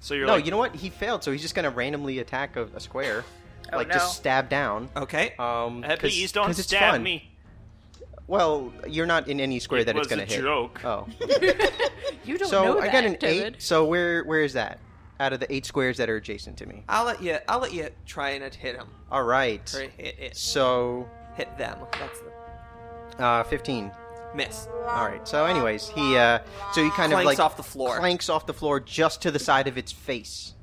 Speaker 10: So you're
Speaker 8: no,
Speaker 10: like,
Speaker 8: you know what? He failed, so he's just gonna randomly attack a, a square,
Speaker 5: Oh,
Speaker 8: like just
Speaker 5: no.
Speaker 8: stab down.
Speaker 3: Okay.
Speaker 8: Um,
Speaker 10: "Eh,
Speaker 8: 'cause-
Speaker 10: please don't
Speaker 8: 'cause it's
Speaker 10: stab
Speaker 8: fun.
Speaker 10: me.
Speaker 8: Well, you're not in any square
Speaker 10: It
Speaker 8: that
Speaker 10: was
Speaker 8: it's gonna
Speaker 10: a
Speaker 8: hit.
Speaker 10: joke.
Speaker 8: Oh,
Speaker 7: You don't know
Speaker 8: so
Speaker 7: that,
Speaker 8: I got an
Speaker 7: David.
Speaker 8: eight. So where where is that? Out of the eight squares that are adjacent to me.
Speaker 3: I'll let you. I'll let you try and hit him.
Speaker 8: All right.
Speaker 3: Or hit it.
Speaker 8: So
Speaker 3: Hit them. That's the
Speaker 8: uh, fifteen.
Speaker 3: miss.
Speaker 8: All right. So anyways, he uh, so he kind of
Speaker 3: Clanks
Speaker 8: like
Speaker 3: off the floor.
Speaker 8: clanks off the floor just to the side of its face,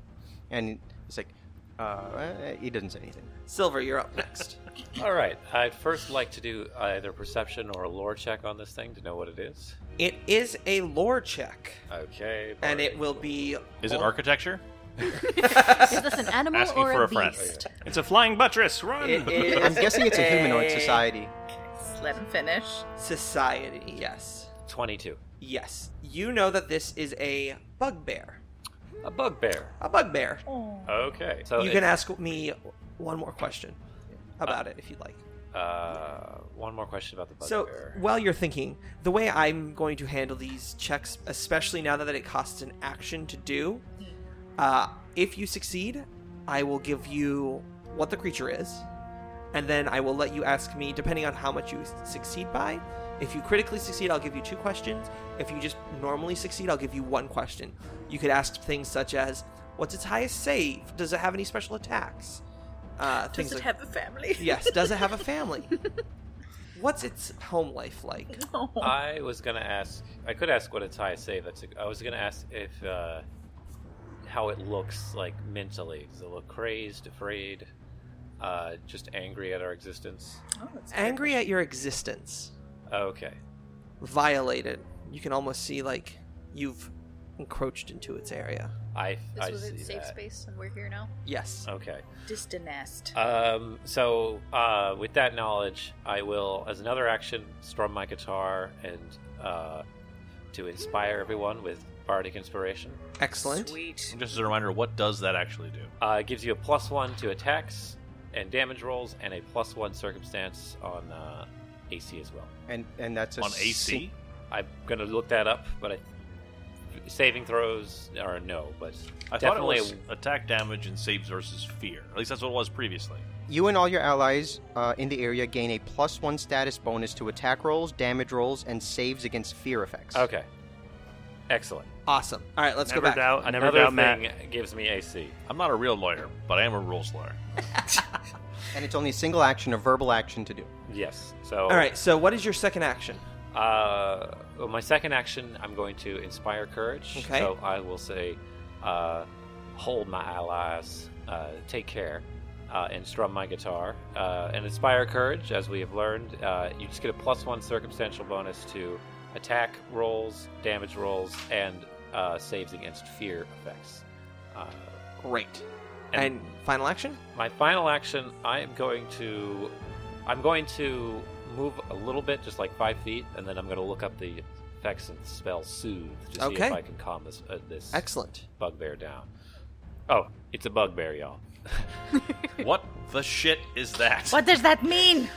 Speaker 8: and it's like uh, he doesn't say anything.
Speaker 3: Silver, you're up
Speaker 8: <laughs>
Speaker 3: next.
Speaker 4: All right. I'd first like to do either perception or a lore check on this thing to know what it is.
Speaker 3: it is a lore check,
Speaker 4: Okay.
Speaker 3: and
Speaker 4: Bard.
Speaker 3: it will be.
Speaker 1: Is it architecture?
Speaker 6: Is this an animal
Speaker 1: Asking
Speaker 6: or
Speaker 1: for
Speaker 6: a,
Speaker 1: a friend.
Speaker 6: beast?
Speaker 10: It's a flying buttress.
Speaker 3: <laughs>
Speaker 10: Run.
Speaker 3: It
Speaker 10: <laughs>
Speaker 3: is
Speaker 8: <laughs> I'm guessing it's a humanoid
Speaker 3: a
Speaker 8: society.
Speaker 5: Just let him finish.
Speaker 3: Society. Yes.
Speaker 4: Twenty-two.
Speaker 3: Yes. You know that this is a bugbear.
Speaker 4: A bugbear.
Speaker 3: A bugbear.
Speaker 8: Oh,
Speaker 4: Okay. So
Speaker 3: you
Speaker 4: it-
Speaker 3: can ask me one more question about it if you'd like.
Speaker 4: Uh, one more question about the
Speaker 3: So,
Speaker 4: bugbear.
Speaker 3: while you're thinking, the way I'm going to handle these checks, especially now that it costs an action to do, uh, if you succeed, I will give you what the creature is, and then I will let you ask me, depending on how much you s- succeed by. If you critically succeed, I'll give you two questions. If you just normally succeed, I'll give you one question. You could ask things such as, "What's its highest save? Does it have any special attacks?" Uh, things
Speaker 5: Does it
Speaker 3: like
Speaker 5: have a family?
Speaker 3: Yes, does it have a family? <laughs> What's its home life like?
Speaker 4: I was gonna ask. I could ask what its high save. That's. A, I was gonna ask if uh, how it looks like mentally. Does it look crazed, afraid, uh, just angry at our existence?
Speaker 5: <laughs> Oh, that's good.
Speaker 3: Angry at your existence,
Speaker 4: Okay.
Speaker 3: violated. You can almost see like you've encroached into its area.
Speaker 4: I.
Speaker 6: This
Speaker 4: I
Speaker 6: was
Speaker 4: see
Speaker 6: its safe
Speaker 4: that.
Speaker 6: space, and we're here now.
Speaker 3: Yes.
Speaker 4: Okay.
Speaker 5: Distinest.
Speaker 4: Um, so, uh, with that knowledge, I will, as another action, strum my guitar and uh, to inspire everyone with bardic inspiration.
Speaker 3: Excellent.
Speaker 5: Sweet.
Speaker 1: Just as a reminder, what does that actually do?
Speaker 4: Uh, it gives you a plus one to attacks and damage rolls, and a plus one circumstance on uh, AC as well.
Speaker 8: And and that's a
Speaker 1: On AC?
Speaker 8: sing-
Speaker 4: I'm gonna look that up, but I, saving throws are no, but
Speaker 1: I
Speaker 4: definitely
Speaker 1: thought it was attack damage and saves versus fear. At least that's what it was previously.
Speaker 8: You and all your allies uh, in the area gain a plus one status bonus to attack rolls, damage rolls, and saves against fear effects.
Speaker 4: okay. Excellent.
Speaker 3: Awesome. All right, let's
Speaker 10: never
Speaker 3: go back.
Speaker 10: doubt. Never
Speaker 4: Another
Speaker 10: doubt Matt.
Speaker 4: thing gives me AC.
Speaker 1: I'm not a real lawyer, but I am a rules lawyer.
Speaker 8: And it's only a single action, a verbal action to do.
Speaker 4: Yes. So
Speaker 3: All right. So, what is your second action?
Speaker 4: Uh, well, my second action, I'm going to inspire courage.
Speaker 3: Okay.
Speaker 4: So I will say, uh, hold my allies, uh, take care, uh, and strum my guitar. Uh, and inspire courage, as we have learned, uh, you just get a plus one circumstantial bonus to attack rolls, damage rolls, and uh, saves against fear effects. Uh,
Speaker 3: Great. And, final action?
Speaker 4: My final action, I am going to, I'm going to move a little bit, just like five feet, and then I'm going to look up the effects and spell soothe to see
Speaker 3: Okay.
Speaker 4: if I can calm this uh, this
Speaker 3: Excellent.
Speaker 4: bugbear down. Oh, it's a bugbear, y'all.
Speaker 1: What the shit is that?
Speaker 5: What does that mean?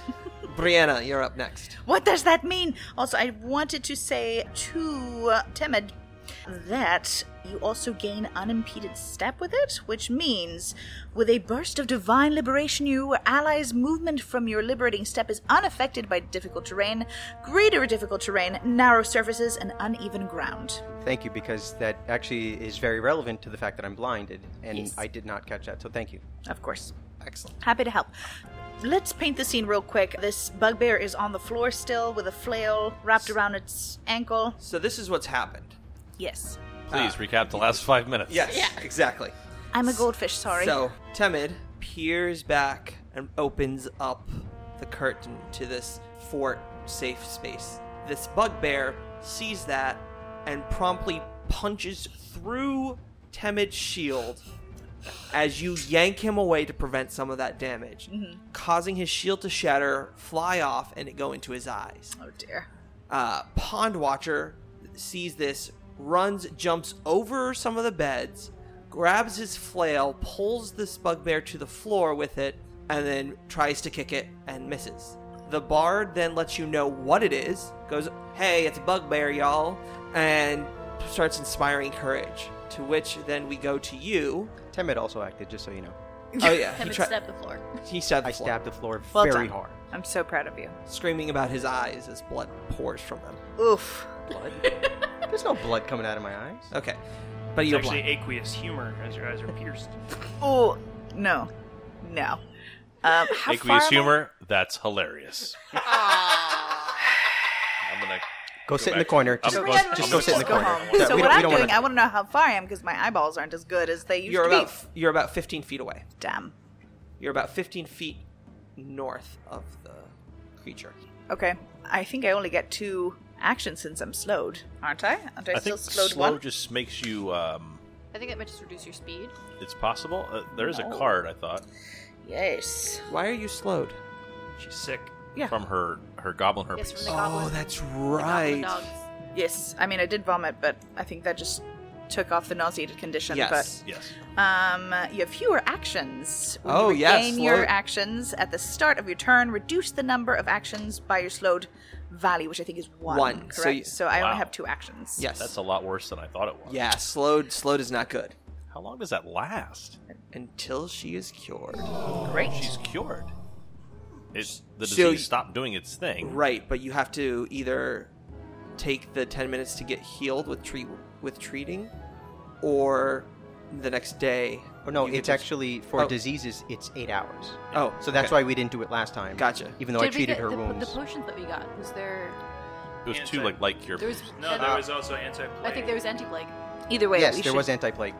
Speaker 3: Brianna, you're up next.
Speaker 5: What does that mean? Also, I wanted to say to uh, Timid that you also gain unimpeded step with it, which means with a burst of divine liberation, your allies' movement from your liberating step is unaffected by difficult terrain, greater difficult terrain, narrow surfaces, and uneven ground.
Speaker 8: Thank you, because that actually is very relevant to the fact that I'm blinded, and
Speaker 5: Yes.
Speaker 8: I did not catch that, so thank you.
Speaker 5: Of course.
Speaker 3: Excellent.
Speaker 5: Happy to help. Let's paint the scene real quick. This bugbear is on the floor still with a flail wrapped around its ankle.
Speaker 3: So this is what's happened.
Speaker 5: Yes.
Speaker 1: Please recap the last five minutes.
Speaker 3: Yes, exactly.
Speaker 5: I'm a goldfish, sorry.
Speaker 3: So, Temid peers back and opens up the curtain to this fort safe space. This bugbear sees that and promptly punches through Temid's shield as you yank him away to prevent some of that damage, causing his shield to shatter, fly off, and go into his eyes
Speaker 5: Oh dear.
Speaker 3: uh, pond watcher sees this runs jumps over some of the beds grabs his flail pulls this bugbear to the floor with it and then tries to kick it and misses the bard then lets you know what it is goes hey it's a bugbear y'all and starts inspiring courage to which then we go to
Speaker 6: <laughs>
Speaker 3: you
Speaker 8: Temet also acted, just so you know.
Speaker 3: oh yeah he,
Speaker 6: Have it
Speaker 3: tri-
Speaker 6: step the floor.
Speaker 3: he stabbed the
Speaker 8: I
Speaker 3: floor,
Speaker 8: stabbed the floor
Speaker 5: Well
Speaker 8: very
Speaker 5: done.
Speaker 8: hard.
Speaker 5: I'm so proud of you.
Speaker 3: screaming about his eyes as blood pours from them
Speaker 5: Oof.
Speaker 3: blood
Speaker 8: There's no blood coming out of my eyes.
Speaker 3: <laughs> okay but
Speaker 10: It's
Speaker 3: you're
Speaker 10: actually
Speaker 3: blind.
Speaker 10: aqueous humor as your eyes are pierced.
Speaker 5: Oh no, no. Um, how far
Speaker 1: Aqueous
Speaker 5: am
Speaker 1: humor, that's hilarious. I'm gonna
Speaker 8: Go, sit in the
Speaker 1: back.
Speaker 8: corner.
Speaker 1: I'm
Speaker 8: Just,
Speaker 1: gonna
Speaker 5: I?
Speaker 1: go-
Speaker 8: just, just go sit in the
Speaker 5: Just go
Speaker 8: corner.
Speaker 5: home.
Speaker 8: Yeah,
Speaker 5: so what
Speaker 8: we don't- we
Speaker 5: I'm
Speaker 8: don't
Speaker 5: doing,
Speaker 8: wanna-
Speaker 5: I want to know how far I am because my eyeballs aren't as good as they used
Speaker 3: you're
Speaker 5: to be.
Speaker 3: about you're about 15 feet away
Speaker 5: Damn.
Speaker 3: You're about 15 feet north of the creature.
Speaker 5: Okay. I think I only get two actions since I'm slowed, aren't I? Aren't I,
Speaker 1: I
Speaker 5: still
Speaker 1: think
Speaker 5: slowed
Speaker 1: slow
Speaker 5: one?
Speaker 1: just makes you. Um,
Speaker 6: I think it might just reduce your speed.
Speaker 1: it's possible. Uh, there is
Speaker 5: No.
Speaker 1: a card I thought
Speaker 5: Yes.
Speaker 3: Why are you slowed?
Speaker 10: She's sick.
Speaker 5: Yeah.
Speaker 1: from her her goblin herpes.
Speaker 6: Yes, from the goblin.
Speaker 3: Oh, that's
Speaker 6: the goblin dogs.
Speaker 5: Yes. I mean, I did vomit, but I think that just took off the nauseated condition.
Speaker 3: Yes.
Speaker 1: yes.
Speaker 5: But um, you have fewer actions. When
Speaker 3: Oh,
Speaker 5: you
Speaker 3: yes,
Speaker 5: Gain
Speaker 3: slow-
Speaker 5: your actions at the start of your turn. Reduce the number of actions by your slowed value, which I think is one.
Speaker 3: One.
Speaker 5: Correct.
Speaker 3: So
Speaker 5: So,
Speaker 3: you-
Speaker 5: I
Speaker 1: Wow.
Speaker 5: only have two actions.
Speaker 3: Yes.
Speaker 1: That's a lot worse than I thought it was.
Speaker 3: yeah, slowed slowed is not good.
Speaker 1: How long does that last?
Speaker 3: Until she is cured.
Speaker 5: Great.
Speaker 1: She's cured. It's the
Speaker 3: So
Speaker 1: disease
Speaker 3: you-
Speaker 1: stopped doing its thing.
Speaker 3: Right, but you have to either take the 10 minutes to get healed with treat with treating or the next day.
Speaker 8: Oh, no,
Speaker 3: you could
Speaker 8: it's
Speaker 3: just-
Speaker 8: actually for
Speaker 3: Oh.
Speaker 8: diseases. It's eight hours.
Speaker 3: Oh,
Speaker 8: So that's
Speaker 3: okay.
Speaker 8: why we didn't do it last time.
Speaker 3: Gotcha.
Speaker 8: Even though I
Speaker 6: Did we
Speaker 8: treated
Speaker 6: get
Speaker 8: her
Speaker 6: the,
Speaker 8: wounds.
Speaker 6: the potions that we got? Was there?
Speaker 1: It was too
Speaker 10: Anti-
Speaker 1: like like your
Speaker 6: There was.
Speaker 10: No, there was also anti
Speaker 6: I think there was anti-plague.
Speaker 5: Either way,
Speaker 8: yes,
Speaker 5: we
Speaker 8: there
Speaker 5: should-
Speaker 8: was anti-plague.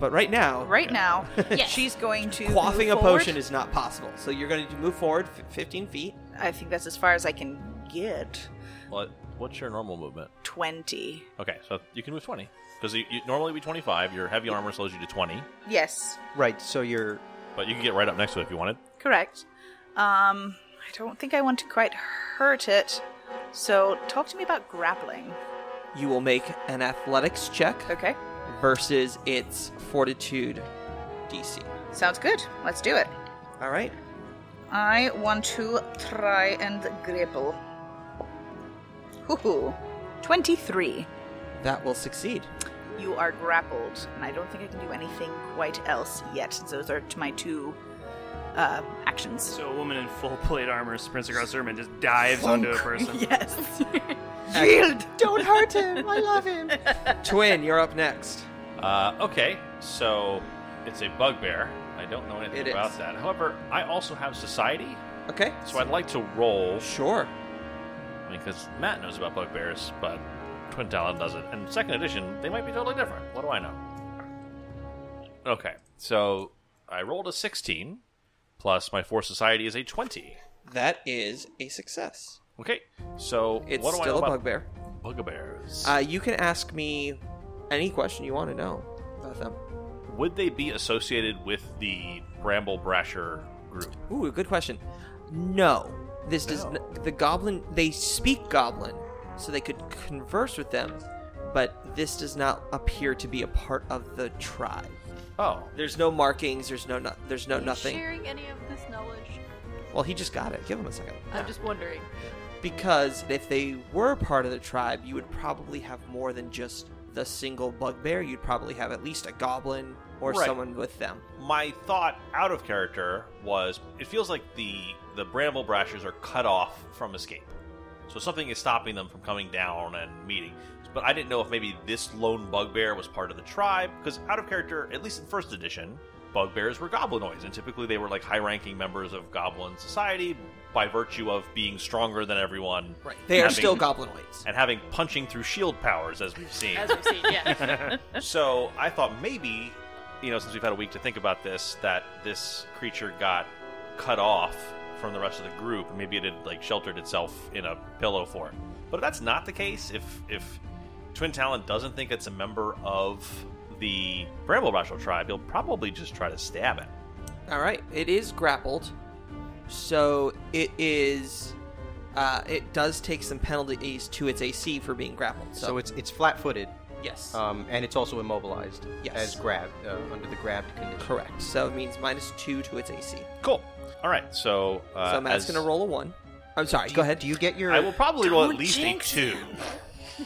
Speaker 3: But right now, <laughs>
Speaker 5: Right now,
Speaker 6: Yeah.
Speaker 5: she's going to
Speaker 3: quaffing a
Speaker 5: move forward.
Speaker 3: potion is not possible. So you're going to move forward f- 15 feet.
Speaker 5: I think that's as far as I can get.
Speaker 1: What, what's your normal movement?
Speaker 5: Twenty.
Speaker 1: Okay, so you can move twenty because you, you normally be twenty five. Your heavy armor slows you to twenty,
Speaker 5: Yes,
Speaker 8: Right. So you're
Speaker 1: but you can get right up next to it if you wanted.
Speaker 5: correct. Um, I don't think I want to quite hurt it. So talk to me about grappling.
Speaker 3: You will make an athletics check.
Speaker 5: Okay,
Speaker 3: versus its fortitude DC.
Speaker 5: sounds good. Let's do it.
Speaker 3: All right.
Speaker 5: I want to try and grapple. Hoo-hoo. Twenty-three.
Speaker 3: That will succeed.
Speaker 5: You are grappled, and I don't think I can do anything quite else yet. since Those are my two uh, actions. <laughs>
Speaker 10: So a woman in full plate armor sprints across the room and just dives onto a
Speaker 5: <laughs>
Speaker 10: person.
Speaker 5: Yes.
Speaker 3: Yield!
Speaker 8: don't hurt him. I love <laughs> him.
Speaker 3: Twin, you're up next.
Speaker 1: Uh, okay, so it's a bugbear. I don't know anything
Speaker 3: It
Speaker 1: about
Speaker 3: is.
Speaker 1: that. However, I also have society,
Speaker 3: Okay.
Speaker 1: so I'd like to roll
Speaker 3: Sure.
Speaker 1: because Matt knows about bugbears, but Twin Talon doesn't. And second edition, they might be totally different. What do I know? Okay, so I rolled a 16, plus my force society is a 20.
Speaker 3: That is a success.
Speaker 1: Okay, so
Speaker 3: It's
Speaker 1: what do
Speaker 3: still
Speaker 1: I know
Speaker 3: a
Speaker 1: about
Speaker 3: bugbear.
Speaker 1: bugbears?
Speaker 3: Uh, you can ask me any question you want to know about them.
Speaker 1: would they be associated with the Bramble Brasher group?
Speaker 3: Ooh, good question. No, this does.
Speaker 1: No.
Speaker 3: N- the goblin they speak goblin, so they could converse with them, but this does not appear to be a part of the tribe.
Speaker 1: Oh,
Speaker 3: There's no markings. There's no. no there's no
Speaker 6: Are you
Speaker 3: nothing.
Speaker 6: Sharing any of this knowledge?
Speaker 3: Well, he just got it. Give him a second.
Speaker 6: I'm just wondering.
Speaker 3: Because if they were part of the tribe, you would probably have more than just the single bugbear. You'd probably have at least a goblin or
Speaker 1: Right.
Speaker 3: someone with them.
Speaker 9: My
Speaker 1: thought out of character was it feels like the the bramble brashers are cut off from escape so something is stopping them from coming down and meeting but i didn't know if maybe this lone bugbear was part of the tribe because out of character at least in first edition bugbears were goblinoids and typically they were like high ranking members of goblin society by virtue of being stronger than everyone
Speaker 3: Right. They are
Speaker 1: Having-
Speaker 3: still goblinoids.
Speaker 1: and having punching through shield powers as we've seen
Speaker 6: As we've seen, yeah.
Speaker 10: <laughs>
Speaker 1: so I thought maybe, you know, since we've had a week to think about this, that this creature got cut off from the rest of the group. Maybe it had like sheltered itself in a pillow fort. But if that's not the case, if if Twin Talon doesn't think it's a member of the Bramble Bashal tribe, he'll probably just try to stab it.
Speaker 3: All right. It is grappled, so it is. Uh, it does take some penalties to its AC for being grappled. So,
Speaker 8: So it's it's flat-footed,
Speaker 3: yes,
Speaker 8: um, and it's also immobilized
Speaker 3: Yes.
Speaker 8: as grabbed uh, under the grabbed condition.
Speaker 3: correct. So it means minus two to its AC.
Speaker 1: Cool. All right. So uh,
Speaker 3: so Matt's
Speaker 1: as-
Speaker 3: gonna roll a one. I'm sorry.
Speaker 8: Do
Speaker 3: Go
Speaker 8: you-
Speaker 3: ahead.
Speaker 8: Do you get your?
Speaker 1: I will probably roll at
Speaker 5: Don't
Speaker 1: least a
Speaker 5: jinx
Speaker 1: two. <sighs>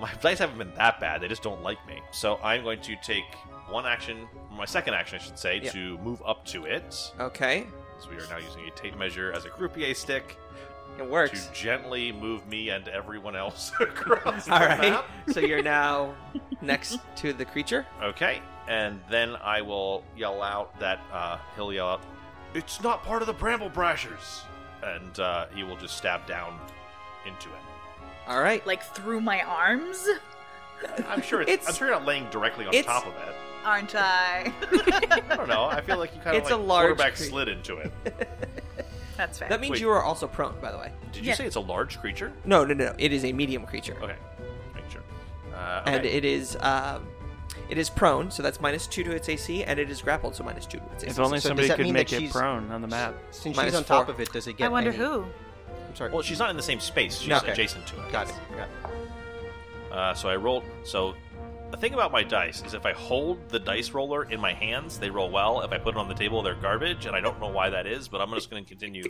Speaker 1: My dice haven't been that bad. They just don't like me. So I'm going to take one action, my second action, I should say,
Speaker 3: Yeah.
Speaker 1: to move up to it. So
Speaker 3: Okay.
Speaker 1: we are now using a tape measure as a croupier stick
Speaker 3: It works.
Speaker 1: to gently move me and everyone else <laughs> across the
Speaker 3: All right.
Speaker 1: map.
Speaker 3: so you're now next to the creature.
Speaker 1: Okay. And then I will yell out that uh, he'll yell out, "It's not part of the Bramble Brashers," and uh, he will just stab down into it.
Speaker 3: All right.
Speaker 5: Like through my arms,
Speaker 1: I'm sure it's,
Speaker 3: It's-
Speaker 1: I'm sure you're not laying directly on
Speaker 3: it's-
Speaker 1: top of it.
Speaker 5: aren't I? <laughs>
Speaker 1: I don't know. I feel like you kind of
Speaker 3: It's
Speaker 1: like
Speaker 3: a large
Speaker 1: quarterback
Speaker 3: crea-
Speaker 1: slid into
Speaker 3: <laughs>
Speaker 1: it.
Speaker 5: That's fair.
Speaker 3: That means
Speaker 1: Wait.
Speaker 3: you are also prone, by the way.
Speaker 1: Did you
Speaker 5: Yeah.
Speaker 1: say it's a large creature?
Speaker 3: No, no, no. no. It is a medium creature,
Speaker 1: Okay, make sure. Uh, okay.
Speaker 3: and it is um, it is prone, so that's minus two to its AC, and it is grappled, so minus two to its AC.
Speaker 10: If only
Speaker 8: So does
Speaker 10: somebody
Speaker 8: that
Speaker 10: could
Speaker 8: mean that
Speaker 10: make it
Speaker 8: she's-
Speaker 10: prone on the map.
Speaker 8: Since
Speaker 3: Minus
Speaker 8: she's on top
Speaker 3: four.
Speaker 8: of it, does it get?
Speaker 5: I wonder
Speaker 8: any-
Speaker 5: who.
Speaker 8: I'm sorry.
Speaker 1: oh, well, she's not in the same space. She's
Speaker 3: No.
Speaker 8: Okay.
Speaker 1: adjacent to it.
Speaker 8: got it. Got it.
Speaker 1: Uh, so I rolled. So the thing about my dice is, if I hold the dice roller in my hands, they roll well. If I put it on the table, they're garbage, and I don't know why that is. But I'm just going to continue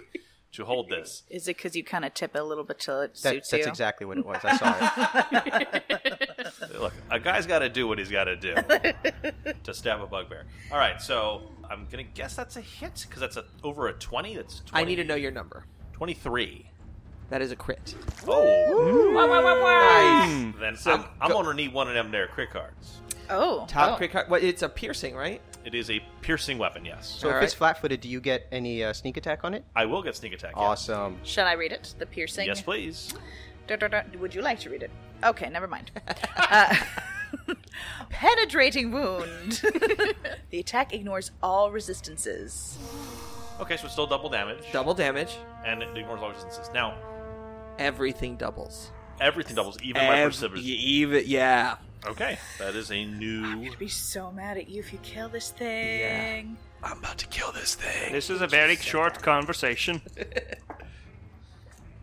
Speaker 1: to hold this.
Speaker 5: Is it because you kind of tip it a little bit till it
Speaker 8: That,
Speaker 5: suits
Speaker 8: that's
Speaker 5: you?
Speaker 8: exactly what it was. I <laughs> saw it.
Speaker 1: Look, a guy's got to do what he's got to
Speaker 3: <laughs>
Speaker 1: do to stab a bugbear. All right, so I'm gonna guess that's a hit because that's a over a twenty. That's 20,
Speaker 3: I need to know your number.
Speaker 1: twenty-three.
Speaker 3: That is a crit.
Speaker 1: Oh,
Speaker 3: Nice.
Speaker 10: Hmm.
Speaker 1: then
Speaker 3: So-
Speaker 1: I'm, I'm gonna need one of them there crit cards.
Speaker 5: Oh,
Speaker 3: Top
Speaker 5: oh.
Speaker 3: crit card. Well, it's a piercing, right?
Speaker 1: It is a piercing weapon. Yes,
Speaker 8: So if
Speaker 3: All
Speaker 8: it's flat-footed, do you get any uh, sneak attack on it?
Speaker 1: I will get sneak attack. yes.
Speaker 8: Awesome.
Speaker 5: Shall I read it? The piercing.
Speaker 1: Yes, please.
Speaker 5: Da, da, da. Would you like to read it? Okay, never <laughs> mind. uh, penetrating wound. <laughs> the attack ignores all resistances.
Speaker 1: Okay, so it's still double damage,
Speaker 3: Double damage.
Speaker 1: and it ignores all resistances. Now
Speaker 3: Everything doubles.
Speaker 1: everything doubles, even my
Speaker 3: Ev-
Speaker 1: perception.
Speaker 3: even yeah.
Speaker 1: Okay, that is a new.
Speaker 5: I'd be so mad at you if you kill this thing.
Speaker 1: I'm about to kill this thing.
Speaker 10: This is a very short conversation.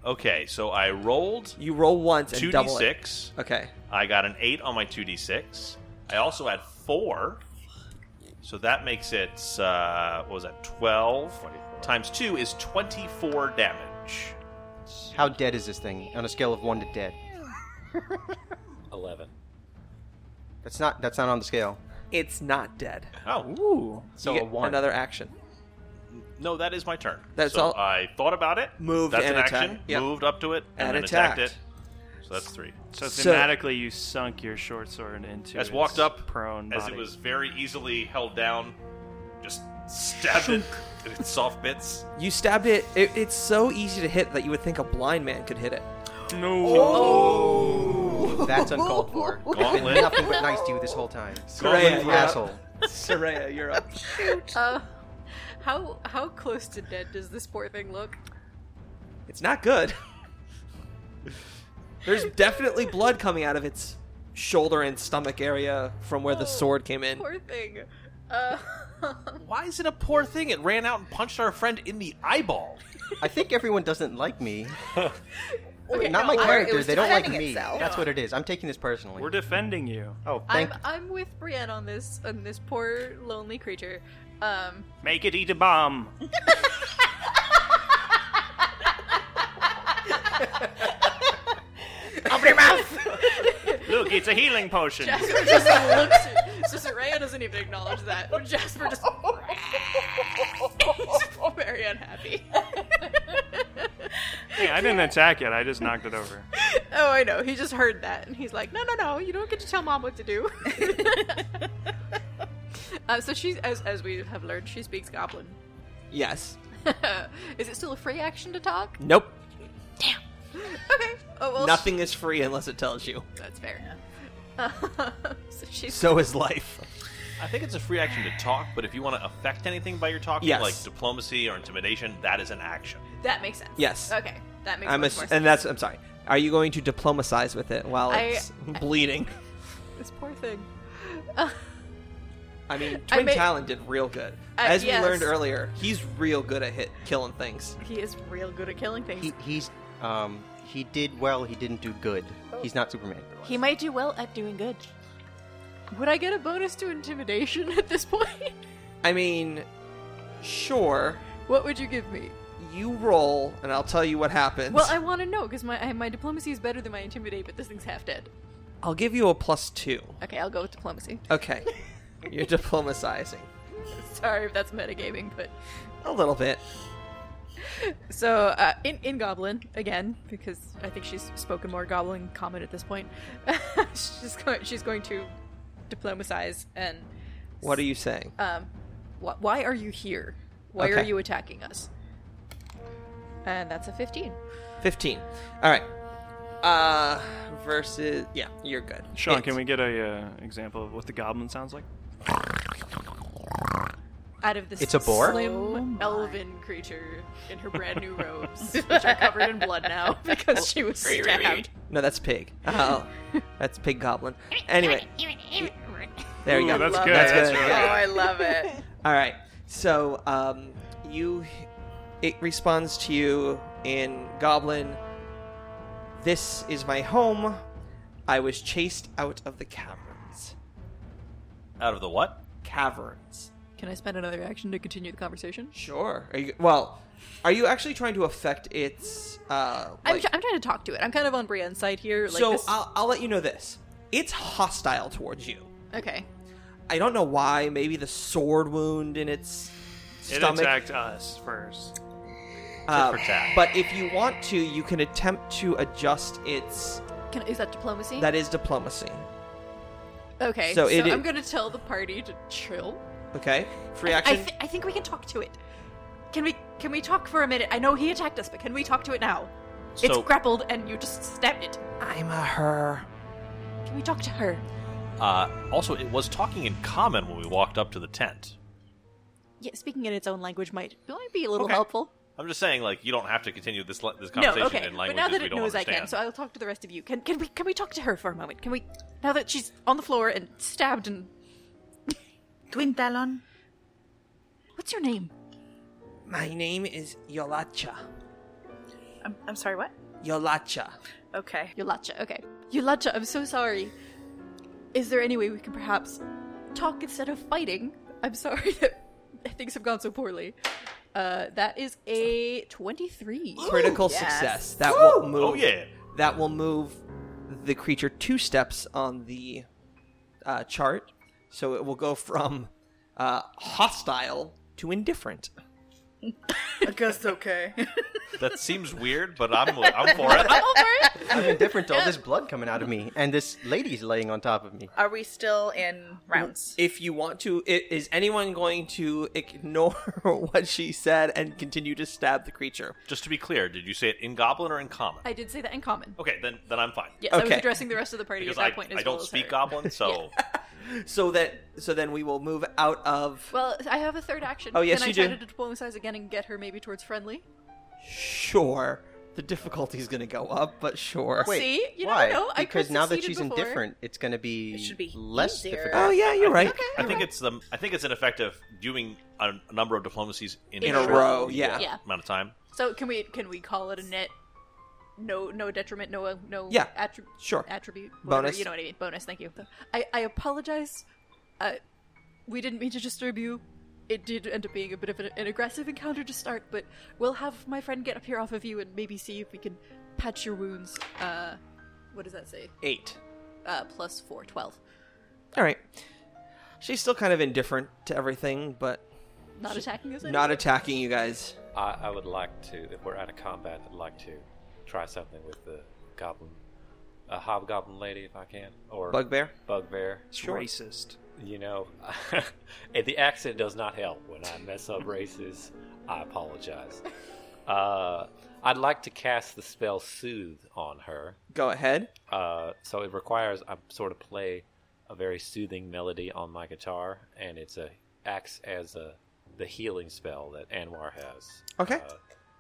Speaker 1: Okay, so I rolled
Speaker 3: You roll once and
Speaker 1: two d
Speaker 3: double it.
Speaker 1: six.
Speaker 3: Okay.
Speaker 1: I got an 8 on my 2d6. I also had 4. So that makes it, uh, what was that, 12 times 2 is 24 damage.
Speaker 8: How dead is this thing on a scale of one to dead?
Speaker 4: Eleven.
Speaker 8: That's not. That's not on the scale.
Speaker 3: It's not dead.
Speaker 1: Oh,
Speaker 10: Ooh.
Speaker 8: So
Speaker 3: you
Speaker 8: a
Speaker 3: get
Speaker 8: one.
Speaker 3: another action.
Speaker 1: no, that is my turn.
Speaker 3: That's
Speaker 1: So
Speaker 3: all-
Speaker 1: I thought about it.
Speaker 3: Moved
Speaker 1: That's
Speaker 3: and
Speaker 1: an
Speaker 3: attacked.
Speaker 1: action.
Speaker 3: Yep.
Speaker 1: Moved up to it and,
Speaker 3: And
Speaker 1: then
Speaker 3: attacked.
Speaker 1: attacked it. So that's 3.
Speaker 10: So
Speaker 3: So-
Speaker 10: thematically, you sunk your short sword into.
Speaker 1: As
Speaker 10: its
Speaker 1: walked up,
Speaker 10: prone
Speaker 1: as
Speaker 10: body.
Speaker 1: it was very easily held down, just stabbed it in its soft bits.
Speaker 3: You stabbed it. it. It's so easy to hit that you would think a blind man could hit it.
Speaker 10: No.
Speaker 8: That's uncalled <laughs> for.
Speaker 1: Gauntlet.
Speaker 8: Nothing but nice to you this whole time.
Speaker 3: Saraya,
Speaker 8: You
Speaker 3: you're up.
Speaker 8: asshole.
Speaker 3: Saraya, you're <laughs> up.
Speaker 6: uh, how how close to dead does this poor thing look?
Speaker 3: It's not good. There's definitely blood coming out of its shoulder and stomach area from where the sword came in.
Speaker 6: Poor thing. Uh, <laughs>
Speaker 1: Why is it a poor thing? It ran out and punched our friend in the eyeball.
Speaker 8: I think everyone doesn't like me.
Speaker 5: Okay,
Speaker 8: Not my
Speaker 5: no, or it
Speaker 8: character.
Speaker 5: was
Speaker 8: They don't like
Speaker 5: defending
Speaker 8: me.
Speaker 5: itself.
Speaker 8: That's what it is. I'm taking this personally.
Speaker 10: We're defending you.
Speaker 8: oh,
Speaker 6: I'm
Speaker 8: thank.
Speaker 6: I'm with Brienne on this on this poor lonely creature. Um,
Speaker 10: Oh. Make it eat a bomb.
Speaker 5: Open your mouth.
Speaker 10: Look, it's a healing potion.
Speaker 6: Jasper <laughs> just looks. So Soraya doesn't even acknowledge that. But Jasper just. <laughs> He's very unhappy.
Speaker 10: Hey, I didn't attack it. I just knocked it over.
Speaker 6: <laughs> Oh, I know. He just heard that, and he's like, "No, no, no! You don't get to tell mom what to do." <laughs> uh, so she, as as we have learned, she speaks Goblin. <laughs>
Speaker 3: Yes.
Speaker 6: Is it still a free action to <laughs> talk?
Speaker 3: Nope.
Speaker 6: Okay. Oh well.
Speaker 3: Nothing is free unless it tells you.
Speaker 6: That's fair. Uh, <laughs> so she's
Speaker 3: So is life.
Speaker 1: I think it's a free action to talk, but if you want to affect anything by your talking,
Speaker 3: Yes.
Speaker 1: like diplomacy or intimidation, that is an action.
Speaker 6: that makes sense.
Speaker 3: Yes.
Speaker 6: Okay, that makes
Speaker 3: I'm
Speaker 6: much
Speaker 3: ass-
Speaker 6: more sense.
Speaker 3: and that's I'm sorry. Are you going to diplomacize with it while
Speaker 6: I-
Speaker 3: it's bleeding?
Speaker 6: This poor thing.
Speaker 3: I mean,
Speaker 6: I
Speaker 3: Twin
Speaker 6: may-
Speaker 3: Talon did real good.
Speaker 6: Uh,
Speaker 3: As
Speaker 6: yes.
Speaker 3: we learned earlier, he's real good at hit killing things.
Speaker 6: He is real good at killing things.
Speaker 8: He, he's um he did well. He didn't do good. He's not Superman.
Speaker 7: He might do well at doing good.
Speaker 6: Would I get a bonus to intimidation at this point? <laughs>
Speaker 3: I mean, sure,
Speaker 6: what would you give me?
Speaker 3: you roll, and I'll tell you what happens.
Speaker 6: Well, I want to know because my I- my diplomacy is better than my intimidate, but this thing's half dead.
Speaker 3: I'll give you a plus two.
Speaker 6: Okay, I'll go with diplomacy. <laughs>
Speaker 3: Okay, you're diplomatizing
Speaker 6: Sorry if that's metagaming, but
Speaker 3: a little bit.
Speaker 6: so uh, in in Goblin again because I think she's spoken more Goblin common at this point. <laughs> she's going, she's going to diplomacize and
Speaker 3: What are you saying?
Speaker 6: um, wh- why are you here? Why are
Speaker 3: Okay.
Speaker 6: you attacking us? And that's a fifteen.
Speaker 3: 15. All right. Uh, versus. Yeah, you're good.
Speaker 10: Sean,
Speaker 3: Hit.
Speaker 10: can we get a uh, example of what the goblin sounds like?
Speaker 6: Out of this
Speaker 8: It's a boar?
Speaker 6: slim elven creature in her brand <laughs> new robes, which are covered in blood now <laughs> because she was stabbed.
Speaker 3: No, that's
Speaker 6: <laughs>
Speaker 3: pig. Oh, that's pig goblin. Anyway. There you
Speaker 10: Ooh,
Speaker 3: go.
Speaker 10: that's good.
Speaker 3: That's
Speaker 10: That's
Speaker 3: good.
Speaker 10: really
Speaker 5: Oh, I love <laughs> it.
Speaker 3: All right. So, um, you. It responds to you in Goblin. This is my home. I was chased out of the caverns.
Speaker 1: Out of the what?
Speaker 3: Caverns.
Speaker 6: Can I spend another action to continue the conversation?
Speaker 3: Sure. Are you, well, are you actually trying to affect its. Uh,
Speaker 6: I'm,
Speaker 3: like-
Speaker 6: try- I'm trying to talk to it. I'm kind of on Brienne's side here. Like
Speaker 3: so,
Speaker 6: this-
Speaker 3: I'll, I'll let you know this it's hostile towards you.
Speaker 6: okay,
Speaker 3: I don't know why. Maybe the sword wound in its stomach.
Speaker 10: It attacked us first.
Speaker 3: Uh,
Speaker 1: for tat.
Speaker 3: but if you want to, you can attempt to adjust its.
Speaker 6: Can, is that diplomacy?
Speaker 3: That is diplomacy.
Speaker 6: okay,
Speaker 3: so
Speaker 6: so,
Speaker 3: it-
Speaker 6: I'm going to tell the party to chill.
Speaker 3: Okay. Free action.
Speaker 6: I, th- I think we can talk to it. Can we? Can we talk for a minute? I know he attacked us, but can we talk to it now? it's
Speaker 1: So-
Speaker 6: grappled, and you just stabbed it.
Speaker 3: I'm a her.
Speaker 6: Can we talk to her?
Speaker 1: Uh, also, it was talking in common when we walked up to the tent.
Speaker 6: Yeah, speaking in its own language might might be a little
Speaker 1: Okay.
Speaker 6: helpful.
Speaker 1: I'm just saying, like, you don't have to continue this le- this
Speaker 6: No,
Speaker 1: conversation
Speaker 6: okay,
Speaker 1: in
Speaker 6: but
Speaker 1: languages
Speaker 6: now that
Speaker 1: we
Speaker 6: it
Speaker 1: don't
Speaker 6: knows I
Speaker 1: understand.
Speaker 6: can, so I'll talk to the rest of you. Can can we can we talk to her for a moment? Can we? Now that she's on the floor and stabbed, and <laughs>
Speaker 5: Twin Talon.
Speaker 6: what's your name?
Speaker 3: My name is Yolacha.
Speaker 5: I'm, I'm sorry, what?
Speaker 3: Yolacha.
Speaker 5: Okay.
Speaker 6: Yulacha, okay. Yulacha, I'm so sorry. Is there any way we can perhaps talk instead of fighting? I'm sorry <laughs> that things have gone so poorly. Uh, that is a <gasps> 23.
Speaker 3: Critical
Speaker 5: yes.
Speaker 3: success. That will move.
Speaker 1: Oh yeah.
Speaker 3: That will move the creature two steps on the uh, chart, so it will go from uh, hostile to indifferent.
Speaker 5: I guess okay. <laughs>
Speaker 1: That seems weird, but I'm I'm for
Speaker 6: <laughs>
Speaker 1: it.
Speaker 8: I'm indifferent to all this blood coming out of me, and this lady's laying on top of me.
Speaker 5: Are we still in rounds?
Speaker 3: If you want to, i- is anyone going to ignore <laughs> what she said and continue to stab the creature?
Speaker 1: Just to be clear, did you say it in Goblin or in Common?
Speaker 6: I did say that in common.
Speaker 1: Okay, then then I'm fine
Speaker 6: Yes, I was
Speaker 3: Okay.
Speaker 6: addressing the rest of the party
Speaker 1: because
Speaker 6: at that
Speaker 1: I,
Speaker 6: point as
Speaker 1: I don't
Speaker 6: well as
Speaker 1: speak
Speaker 6: her.
Speaker 1: Goblin,
Speaker 6: <laughs>
Speaker 1: so
Speaker 3: So that so then we will move out of
Speaker 6: Well, I have a third action.
Speaker 3: Oh, yes,
Speaker 6: Can I
Speaker 3: you
Speaker 6: try
Speaker 3: do.
Speaker 6: to diplomacize again and get her maybe towards friendly?
Speaker 3: sure. the difficulty's going to go up, but sure.
Speaker 8: Wait,
Speaker 6: See? You never
Speaker 8: why?
Speaker 6: know. I
Speaker 8: because
Speaker 6: could've
Speaker 8: now that she's
Speaker 6: succeeded before.
Speaker 8: indifferent, it's going to be,
Speaker 5: It should be
Speaker 8: less
Speaker 5: easier.
Speaker 8: difficult.
Speaker 3: Oh yeah, you're right.
Speaker 6: Okay.
Speaker 9: I think it's the. I think it's an effective doing a, a number of diplomacies in,
Speaker 3: In a
Speaker 9: short
Speaker 3: row, yeah.
Speaker 6: Yeah.
Speaker 9: amount of time.
Speaker 6: So can we can we call it a net? No, no detriment. No, uh, no.
Speaker 3: Yeah.
Speaker 6: attrib-
Speaker 3: Sure.
Speaker 6: attribute whatever,
Speaker 3: Bonus.
Speaker 6: You know what I mean? Bonus. Thank you. I I apologize. Uh, we didn't mean to disturb you. It did end up being a bit of an, an aggressive encounter to start, but we'll have my friend get up here off of you and maybe see if we can patch your wounds. Uh, what does that say?
Speaker 3: Eight.
Speaker 6: Uh, plus four, twelve.
Speaker 3: All right. She's still kind of indifferent to everything, but
Speaker 6: Not attacking us.
Speaker 3: not
Speaker 6: anyway?
Speaker 3: attacking you guys.
Speaker 4: I, I would like to, if we're out of combat, I'd like to try something with the goblin, a hobgoblin lady if I can, or
Speaker 3: Bugbear.
Speaker 4: Bugbear.
Speaker 10: It's
Speaker 3: Sure.
Speaker 10: racist.
Speaker 4: You know, <laughs> and the accent does not help when I mess up races. I apologize. Uh, I'd like to cast the spell Soothe on her.
Speaker 3: Go ahead.
Speaker 4: Uh, so it requires I sort of play a very soothing melody on my guitar, and it's a acts as a the healing spell that Anwar has.
Speaker 3: Okay.
Speaker 4: Uh,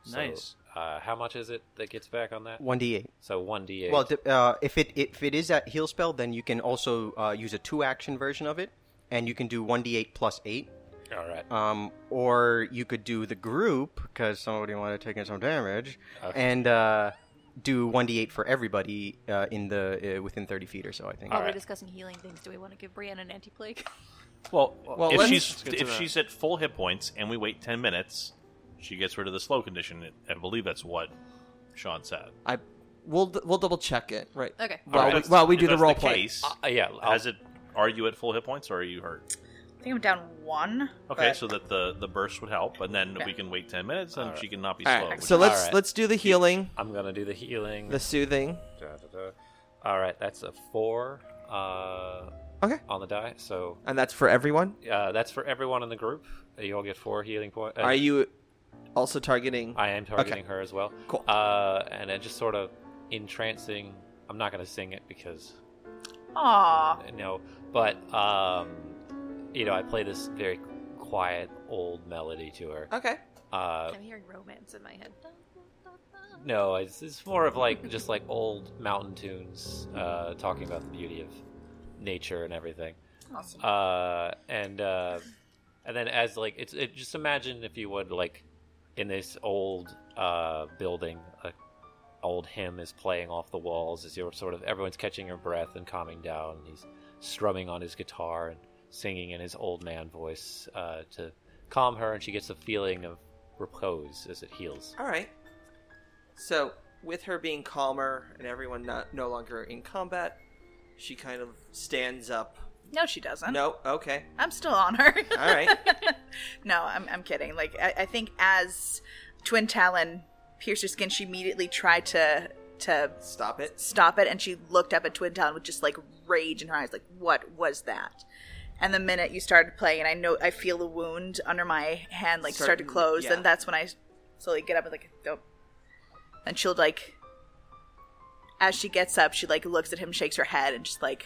Speaker 4: so,
Speaker 10: Nice.
Speaker 4: Uh, how much is it that gets back on that?
Speaker 8: One d eight.
Speaker 4: So one d8.
Speaker 8: Well, d- uh, if it if it is at heal spell, then you can also uh, use a two action version of it, and you can do one d8 plus eight.
Speaker 4: all right.
Speaker 8: Um, or you could do the group because somebody might have taken some damage,
Speaker 4: Okay.
Speaker 8: and uh, do one d8 for everybody uh, in the uh, within thirty feet or so. I think.
Speaker 6: While
Speaker 4: All
Speaker 6: we're
Speaker 4: right.
Speaker 6: discussing healing things, do we want to give Brienne an anti-plague? <laughs>
Speaker 9: Well,
Speaker 3: well,
Speaker 9: if
Speaker 3: let's-
Speaker 9: she's
Speaker 10: get to
Speaker 9: if
Speaker 10: that.
Speaker 9: she's at full hit points and we wait ten minutes, she gets rid of the slow condition. I believe that's what Sean said.
Speaker 3: I we'll we'll double check it. Right.
Speaker 6: Okay.
Speaker 3: While
Speaker 9: All right.
Speaker 3: we, while we
Speaker 9: If
Speaker 3: do the
Speaker 9: that's
Speaker 3: role play.
Speaker 9: case,
Speaker 4: Uh, yeah. I'll-
Speaker 9: has it? Are you at full hit points or are you hurt?
Speaker 5: I think I'm down one.
Speaker 9: Okay,
Speaker 5: but-
Speaker 9: so that the the burst would help, and then we can wait ten minutes, and
Speaker 4: All right.
Speaker 9: she can not be
Speaker 3: All
Speaker 9: slow.
Speaker 3: right.
Speaker 9: which
Speaker 3: So
Speaker 9: is-
Speaker 3: let's
Speaker 4: Alright.
Speaker 3: let's do the healing,
Speaker 4: I'm gonna do the healing.
Speaker 3: the soothing.
Speaker 4: Da, da, da. All right. That's a four. Uh,
Speaker 3: Okay.
Speaker 4: On the die. So
Speaker 3: And that's for everyone.
Speaker 4: uh, that's for everyone in the group. Uh, You all get four healing points.
Speaker 3: Are you also targeting?
Speaker 4: I am targeting her as well.
Speaker 3: Cool.
Speaker 4: Uh, and then just sort of entrancing. I'm not gonna sing it because
Speaker 5: Aw.
Speaker 4: no, but um, you know, I play this very quiet old melody to her.
Speaker 3: Okay.
Speaker 4: Uh,
Speaker 6: I'm hearing romance in my head.
Speaker 4: No, it's, it's more of like just like old mountain tunes, uh, talking about the beauty of nature and everything.
Speaker 5: Awesome.
Speaker 4: Uh, and uh, and then as like it's it, just imagine if you would like in this old uh, building, a old hymn is playing off the walls as you're sort of everyone's catching your breath and calming down. He's strumming on his guitar and singing in his old man voice uh, to calm her, and she gets a feeling of repose as it heals.
Speaker 3: All right. So, with her being calmer and everyone not no longer in combat, she kind of stands up.
Speaker 5: No, she doesn't.
Speaker 3: No, okay.
Speaker 5: I'm still on her. <laughs>
Speaker 3: All right.
Speaker 5: no, I'm, I'm kidding. Like, I, I think as Twin Talon pierced her skin, she immediately tried to to
Speaker 3: Stop it.
Speaker 5: stop it, and she looked up at Twin Talon with just like rage in her eyes, like, "What was that?" And the minute you started playing, and I know I feel the wound under my hand like start to
Speaker 3: Certain-
Speaker 5: close,
Speaker 3: yeah.
Speaker 5: then that's when I slowly get up and like, "Nope." And she'll like, as she gets up, she like looks at him, shakes her head, and just like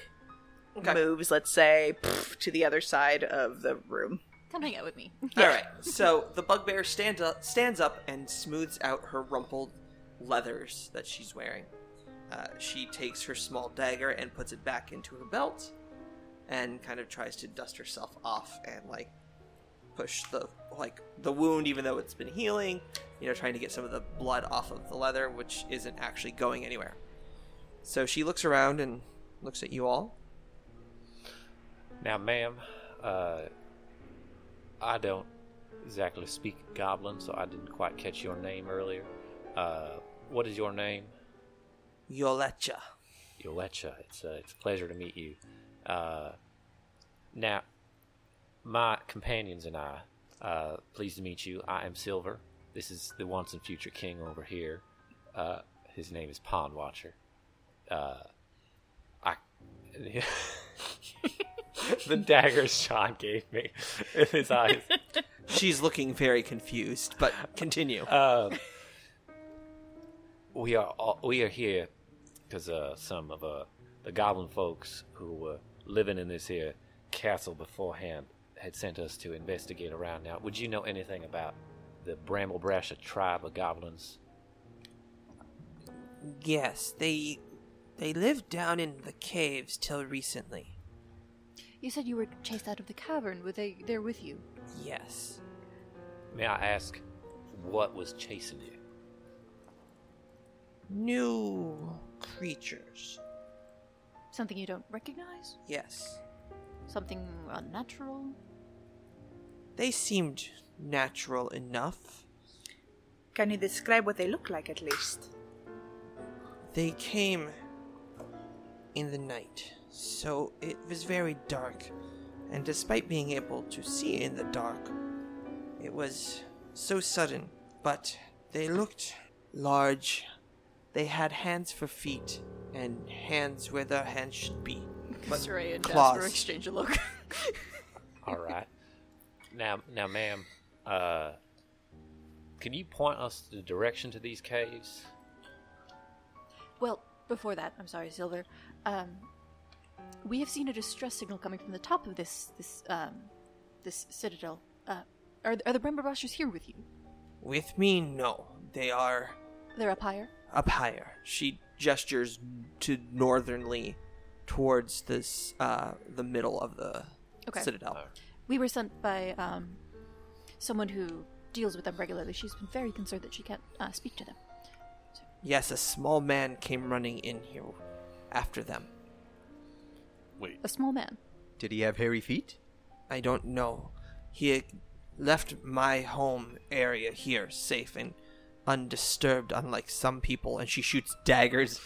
Speaker 3: Okay.
Speaker 5: moves, let's say, to the other side of the room.
Speaker 6: Come hang out with me.
Speaker 3: All right. So the bugbear stand up, stands up and smooths out her rumpled leathers that she's wearing. Uh, she takes her small dagger and puts it back into her belt, and kind of tries to dust herself off and like push the like the wound, even though it's been healing. You know, trying to get some of the blood off of the leather, which isn't actually going anywhere. So she looks around and looks at you all.
Speaker 4: Now, ma'am, uh, I don't exactly speak goblin, so I didn't quite catch your name earlier. Uh, what is your name?
Speaker 3: Yolecha.
Speaker 4: Yolecha. It's a, it's a pleasure to meet you. Uh, now, my companions and I, uh, pleased to meet you. I am Silver. This is the once and future king over here. Uh, his name is Pond Watcher. Uh, I. <laughs> the dagger Sean gave me in his eyes.
Speaker 3: She's looking very confused, but continue.
Speaker 4: Um, we are all, we are here because uh, some of uh, the goblin folks who were living in this here castle beforehand had sent us to investigate around. Now, would you know anything about the Bramble Brasher tribe of goblins?
Speaker 3: Yes, they they lived down in the caves till recently.
Speaker 6: You said you were chased out of the cavern. Were they there with you?
Speaker 3: Yes.
Speaker 4: May I ask what was chasing you?
Speaker 3: New creatures.
Speaker 6: Something you don't recognize?
Speaker 3: Yes.
Speaker 6: Something <laughs> unnatural?
Speaker 3: They seemed natural enough.
Speaker 5: Can you describe what they look like at least?
Speaker 3: They came in the night, so it was very dark, and despite being able to see in the dark, it was so sudden. But they looked large. They had hands for feet, and hands where their hands should be. But
Speaker 6: Soraya and Jasper
Speaker 3: claws.
Speaker 6: exchange a <laughs> look.
Speaker 4: All right. now, now, ma'am, uh, can you point us the direction to these caves?
Speaker 6: well, before that, I'm sorry, Silver. Um, we have seen a distress signal coming from the top of this this um, this citadel. Uh, are, are the Brember Rushers here with you?
Speaker 3: With me, no. They are
Speaker 6: They're up higher.
Speaker 3: up higher. She gestures to northernly towards this uh the middle of the
Speaker 6: Okay.
Speaker 3: citadel.
Speaker 6: We were sent by um, someone who deals with them regularly. She's been very concerned that she can't uh, speak to them.
Speaker 3: Yes, a small man came running in here after them.
Speaker 1: Wait,
Speaker 6: A small man.
Speaker 8: Did he have hairy feet?
Speaker 3: I don't know. He had left my home area here safe and undisturbed unlike some people and she shoots daggers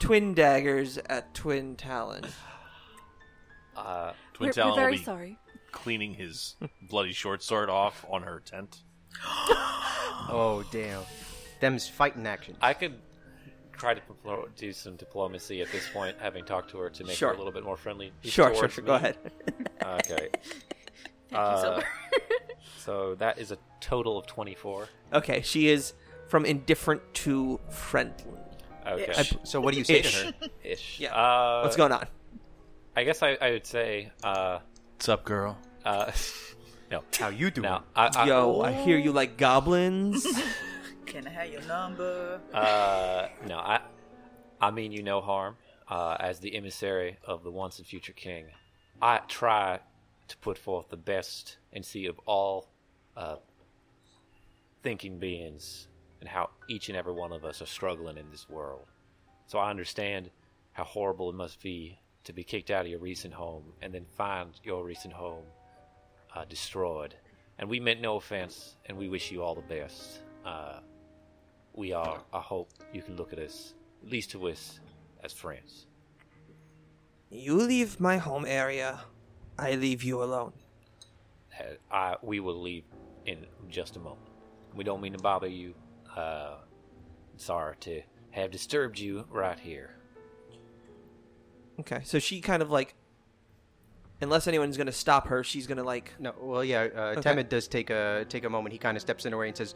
Speaker 3: twin daggers at twin talon
Speaker 4: <sighs> Uh,
Speaker 6: We're-
Speaker 1: Twin
Speaker 6: we're
Speaker 1: Talon will
Speaker 6: very
Speaker 1: be
Speaker 6: sorry.
Speaker 1: cleaning his bloody short sword off on her tent.
Speaker 8: Oh, damn. Them's fighting action.
Speaker 4: I could try to diplo- do some diplomacy at this point, having talked to her to make
Speaker 3: Sure.
Speaker 4: her a little bit more friendly.
Speaker 3: sure sure
Speaker 4: towards
Speaker 3: sure go
Speaker 4: me.
Speaker 3: ahead <laughs>
Speaker 4: Okay. Uh, so that is a total of 24.
Speaker 3: okay she is from indifferent to friendly
Speaker 4: Okay.
Speaker 3: Ish.
Speaker 8: So what do you say to
Speaker 3: Ish.
Speaker 8: her?
Speaker 3: <laughs>
Speaker 4: Ish.
Speaker 3: Yeah.
Speaker 4: Uh,
Speaker 3: what's going on
Speaker 4: I guess I, I would say, uh,
Speaker 1: What's up, girl?
Speaker 4: uh, <laughs> no.
Speaker 8: How you doing?
Speaker 4: Now, I, I,
Speaker 3: Yo, I hear you like goblins. <laughs>
Speaker 5: Can I have your number?
Speaker 4: Uh, no, I, I mean you no harm. Uh, as the emissary of the once and future king, I try to put forth the best and see of all uh, thinking beings and how each and every one of us are struggling in this world. So I understand how horrible it must be to be kicked out of your recent home and then find your recent home uh, destroyed. And we meant no offense, and we wish you all the best. Uh, we are. I hope you can look at us, at least to us, as friends.
Speaker 3: you leave my home area, I leave you alone.
Speaker 4: Uh, I, we will leave in just a moment. We don't mean to bother you. Uh, sorry to have disturbed you right here.
Speaker 3: Okay, so she kind of like, unless anyone's gonna stop her, she's gonna like,
Speaker 8: No, well, yeah. Uh, Temid does take a take a moment. He kind of steps in a way and says,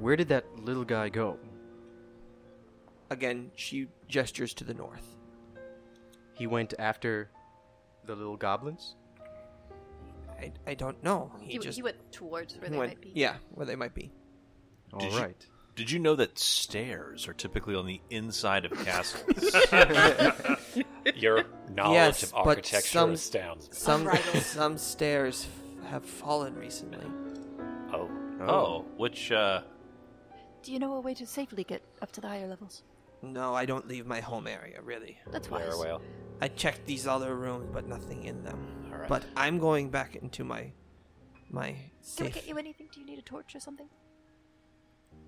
Speaker 8: "Where did that little guy go?
Speaker 3: again, she gestures to the north.
Speaker 8: He went after the little goblins.
Speaker 3: I, I don't know. He,
Speaker 6: He,
Speaker 3: just
Speaker 6: he went towards where they
Speaker 3: went-
Speaker 6: might be.
Speaker 3: yeah, where they might be.
Speaker 8: All
Speaker 1: Did
Speaker 8: right.
Speaker 1: you- Did you know that stairs are typically on the inside of castles?
Speaker 4: <laughs>
Speaker 3: <laughs> Oh.
Speaker 4: Your knowledge
Speaker 3: Yes,
Speaker 4: of
Speaker 3: but
Speaker 4: architecture
Speaker 3: some-
Speaker 4: astounds. me.
Speaker 3: Some <laughs>
Speaker 6: Unbridled.
Speaker 3: some stairs f- have fallen recently.
Speaker 4: Oh,
Speaker 1: oh, which uh,
Speaker 6: Do you know a way to safely get up to the higher levels?
Speaker 3: No, I don't leave my home area really.
Speaker 6: That's wise.
Speaker 4: very well.
Speaker 3: I checked these other rooms, but nothing in them.
Speaker 4: All right.
Speaker 3: But I'm going back into my my
Speaker 6: Can we
Speaker 3: safe.
Speaker 6: get you anything? Do you need a torch or something?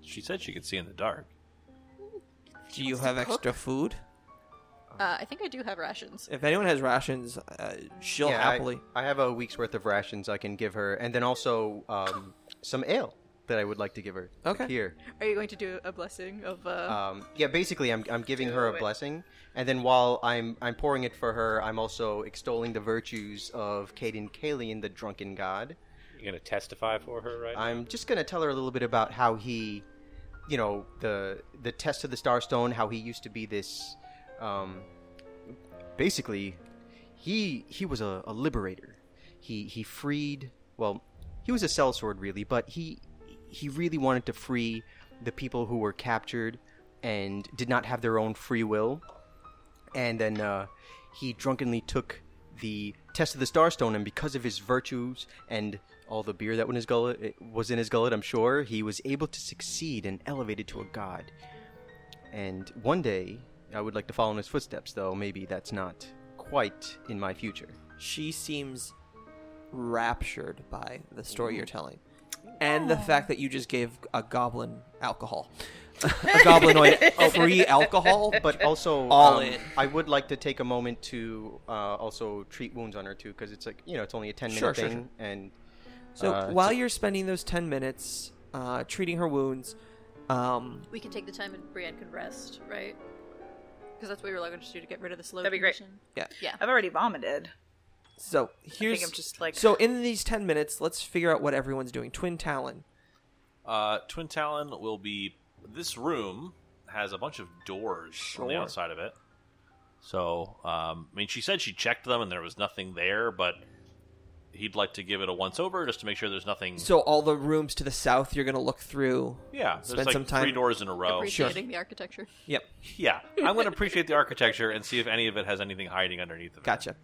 Speaker 1: she said she could see in the dark.
Speaker 3: Do you have extra food?
Speaker 7: Uh, I think I do have rations.
Speaker 3: If anyone has rations, uh, she'll
Speaker 8: Yeah, I-
Speaker 3: happily.
Speaker 8: I, have a week's worth of rations I can give her, and then also um, some ale that I would like to give her.
Speaker 3: Okay. Oh.
Speaker 8: Here.
Speaker 7: Are you going to do a blessing of uh,
Speaker 8: Um, yeah. Basically, I'm, I'm giving her
Speaker 7: Do
Speaker 8: a
Speaker 7: it.
Speaker 8: blessing, and then while I'm I'm pouring it for her, I'm also extolling the virtues of Caden Kalian, the drunken god.
Speaker 4: You're gonna testify for her, right?
Speaker 8: I'm just gonna tell her a little bit about how he, you know, the the test of the Starstone, how he used to be this, um, basically, he he was a, a liberator. He he freed. Well, he was a sellsword really, but he he really wanted to free the people who were captured and did not have their own free will. And then uh, he drunkenly took the test of the Starstone, and because of his virtues and all the beer that was in his gullet, it was in his gullet, I'm sure, he was able to succeed and elevated to a god. And one day, I would like to follow in his footsteps, though maybe that's not quite in my future.
Speaker 3: she seems raptured by the story
Speaker 5: Mm.
Speaker 3: you're telling and the fact that you just gave a goblin alcohol <laughs> a
Speaker 5: <laughs>
Speaker 3: goblinoid free alcohol but
Speaker 5: Uh,
Speaker 8: But also,
Speaker 3: <laughs> All
Speaker 8: um,
Speaker 3: in.
Speaker 8: I would like to take a moment to uh, also treat wounds on her too, because it's like you know, it's only a ten minute
Speaker 3: Sure, sure,
Speaker 8: thing, and
Speaker 3: so
Speaker 8: uh,
Speaker 3: while you're spending those 10 minutes uh, treating her wounds um,
Speaker 6: We can take the time and Brienne can rest, right? Because that's what we were looking to do to get rid of the slow.
Speaker 5: That'd be great.
Speaker 6: condition.
Speaker 3: Yeah.
Speaker 6: Yeah.
Speaker 5: I've already vomited.
Speaker 3: so here's
Speaker 5: I'm just, like-
Speaker 3: so in these 10 minutes let's figure out what everyone's doing twin talon
Speaker 1: Uh, Twin Talon will be. This room has a bunch of doors on the
Speaker 3: Sure.
Speaker 1: outside of it. So, um, I mean, she said she checked them and there was nothing there, but he'd like to give it a once over just to make sure there's nothing.
Speaker 3: so all the rooms to the south you're gonna look through
Speaker 1: Mm. yeah, there's
Speaker 3: spend
Speaker 1: like
Speaker 3: some time-
Speaker 1: three doors in a row.
Speaker 6: Appreciating the architecture.
Speaker 3: yep
Speaker 1: Yeah, I'm going to appreciate the architecture and see if any of it has anything hiding underneath of it.
Speaker 3: Gotcha.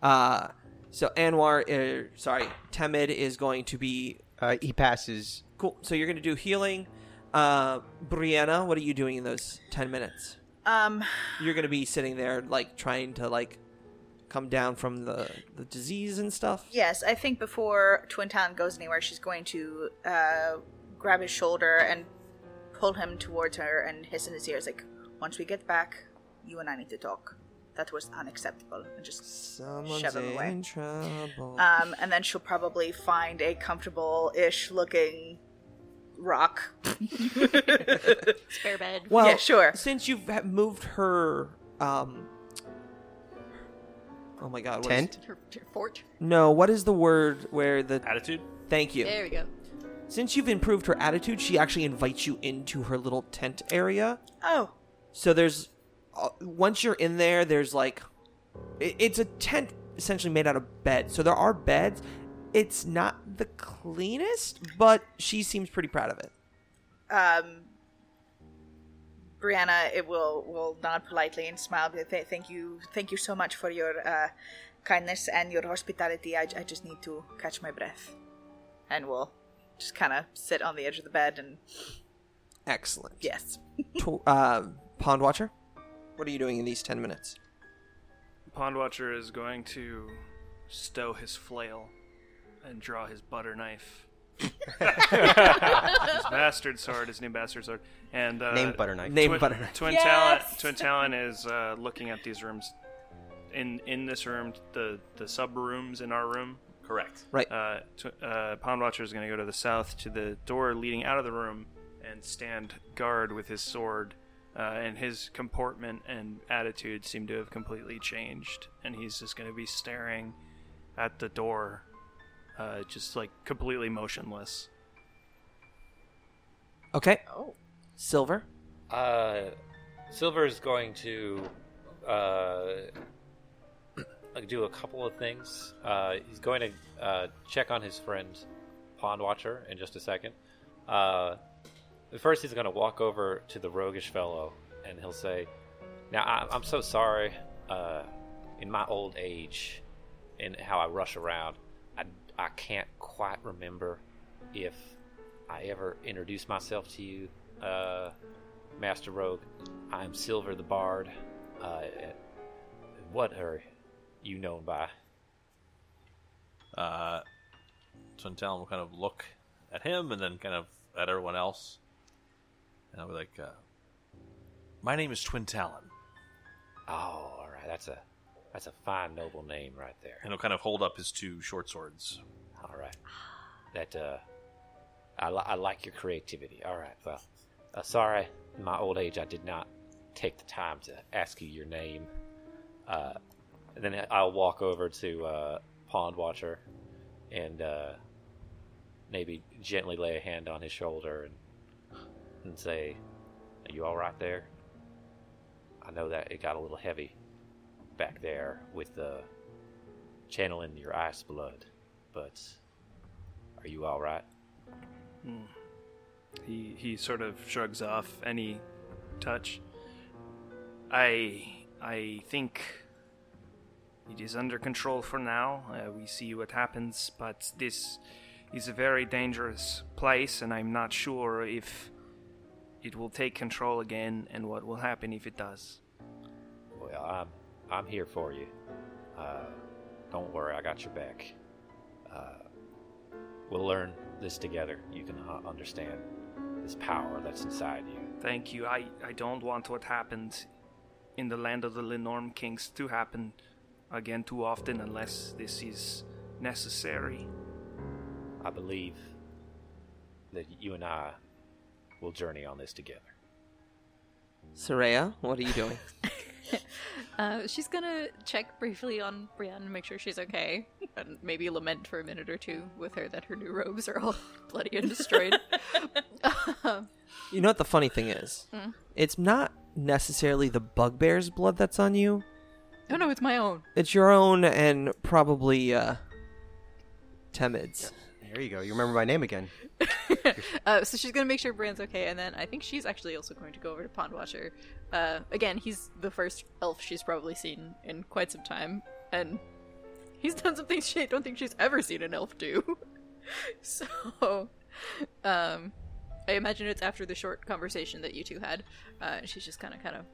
Speaker 3: Uh, so Anwar, er, sorry, Temid is going to be
Speaker 8: uh, he passes.
Speaker 3: cool. So you're going to do healing. Uh, Brianna, what are you doing in those ten minutes?
Speaker 5: Um,
Speaker 3: You're going to be sitting there, like trying to like come down from the the disease and stuff.
Speaker 5: yes, I think before Twin Town goes anywhere, she's going to uh, grab his shoulder and pull him towards her and hiss in his ears like, "Once we get back, you and I need to talk. That was unacceptable." And just
Speaker 3: Someone's
Speaker 5: Shove him
Speaker 3: in
Speaker 5: away.
Speaker 3: trouble.
Speaker 5: um, and then she'll probably find a comfortable-ish looking
Speaker 4: <laughs>
Speaker 5: rock. <laughs>
Speaker 6: Spare bed.
Speaker 3: well,
Speaker 5: yeah, sure.
Speaker 3: Since you've ha- moved her, um, oh my god, what is-
Speaker 8: Tent?
Speaker 6: Her- her fort.
Speaker 3: no, what is the word where the?
Speaker 1: Attitude?
Speaker 3: Thank you.
Speaker 6: There we go.
Speaker 3: Since you've improved her attitude, she actually invites you into her little tent area.
Speaker 5: Oh,
Speaker 3: So there's uh, once you're in there, there's like i- it's a tent essentially made out of beds. So there are beds. It's not the cleanest, but she seems pretty proud of it.
Speaker 5: um, Brianna, it will will nod politely and smile. But th- thank you, thank you so much for your uh, kindness and your hospitality. I, I just need to catch my breath, and we'll just kind of sit on the edge of the bed and
Speaker 3: Excellent.
Speaker 5: yes,
Speaker 3: To- uh, Pond Watcher, what are you doing in these ten minutes?
Speaker 10: Pond Watcher is going to stow his flail and draw his butter knife. his bastard sword, his new bastard sword, and uh,
Speaker 8: Named Butter Knife.
Speaker 3: Name
Speaker 10: Twin,
Speaker 3: butter.
Speaker 10: Twin
Speaker 6: Yes!
Speaker 10: Talon. Twin Talon is uh, looking at these rooms. In in this room, the the sub rooms in our room.
Speaker 1: Correct.
Speaker 10: Uh, tw- uh, Pond Watcher is going to go to the south to the door leading out of the room and stand guard with his sword. Uh, and his comportment and attitude seem to have completely changed. And he's just going to be staring at the door, uh, just like completely motionless.
Speaker 3: Okay. Silver.
Speaker 4: Uh, Silver is going to uh, like do a couple of things. Uh, he's going to uh, check on his friend Pond Watcher in just a second. Uh, but first, he's going to walk over to the roguish fellow and he'll say, "Now, I- I'm so sorry. Uh, in my old age, and how I rush around, I I can't quite remember if I ever introduced myself to you." Uh, Master Rogue. I'm Silver the Bard. Uh, what are you known by?
Speaker 1: Uh, Twin Talon will kind of look at him and then kind of at everyone else. And I'll be like, uh, My name is Twin Talon.
Speaker 4: Oh, all right. That's a that's a fine noble name right there.
Speaker 1: And he'll kind of hold up his two short swords.
Speaker 4: All right. That uh, I, li- I like your creativity. All right. Well, uh, sorry, in my old age, I did not take the time to ask you your name. Uh, and then I'll walk over to uh, Pond Watcher and uh, maybe gently lay a hand on his shoulder and and say, "Are you all right there?" I know that it got a little heavy back there with the channeling your ice blood, but are you all right?
Speaker 10: He he sort of shrugs off any touch. I I think it is under control for now. Uh, we see what happens, but this is a very dangerous place, and I'm not sure if it will take control again and what will happen if it does.
Speaker 4: Well, I'm I'm here for you. Uh, don't worry, I got your back. Uh, we'll learn this together. You can uh, understand this power that's inside you.
Speaker 10: Thank you. I, I don't want what happened in the land of the Lenorm Kings to happen again too often unless this is necessary.
Speaker 4: I believe that you and I will journey on this together.
Speaker 3: Soraya, what are you doing?
Speaker 6: Uh, she's gonna check briefly on Brienne, make sure she's okay, and maybe lament for a minute or two with her that her new robes are all <laughs> bloody and <laughs> destroyed. Um,
Speaker 3: you know what the funny thing is? It's not necessarily the bugbear's blood that's on you.
Speaker 6: oh no, it's my own.
Speaker 3: It's your own and probably uh Temid's.
Speaker 8: There you go. You remember my name again.
Speaker 6: <laughs> Uh, so she's gonna make sure Brienne's okay, and then I think she's actually also going to go over to Pond Watcher. Uh, again, he's the first elf she's probably seen in quite some time, and he's <laughs> done some things she I don't think she's ever seen an elf do. <laughs> so, um, I imagine it's after the short conversation that you two had. Uh, and she's just kind of, kind of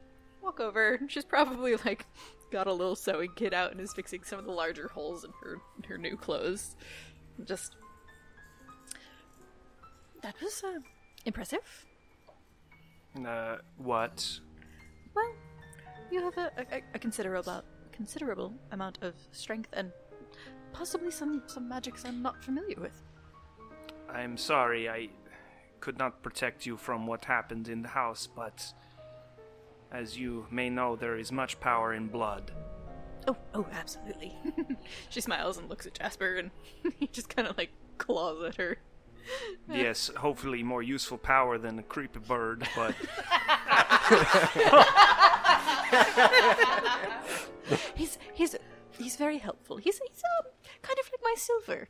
Speaker 6: walk over. and She's probably like got a little sewing kit out and is fixing some of the larger holes in her in her new clothes. Just that was uh, impressive.
Speaker 10: Uh, what?
Speaker 6: Well, you have a, a, a considerable considerable amount of strength and possibly some some magics I'm not familiar with.
Speaker 10: I'm sorry I could not protect you from what happened in the house, but as you may know, there is much power in blood.
Speaker 6: Oh, oh, absolutely. <laughs> she smiles and looks at Jasper, and <laughs> he just kind of like claws at her.
Speaker 10: Yes, hopefully more useful power than a creepy bird, but <laughs>
Speaker 6: He's he's he's very helpful. He's he's um, kind of like my silver.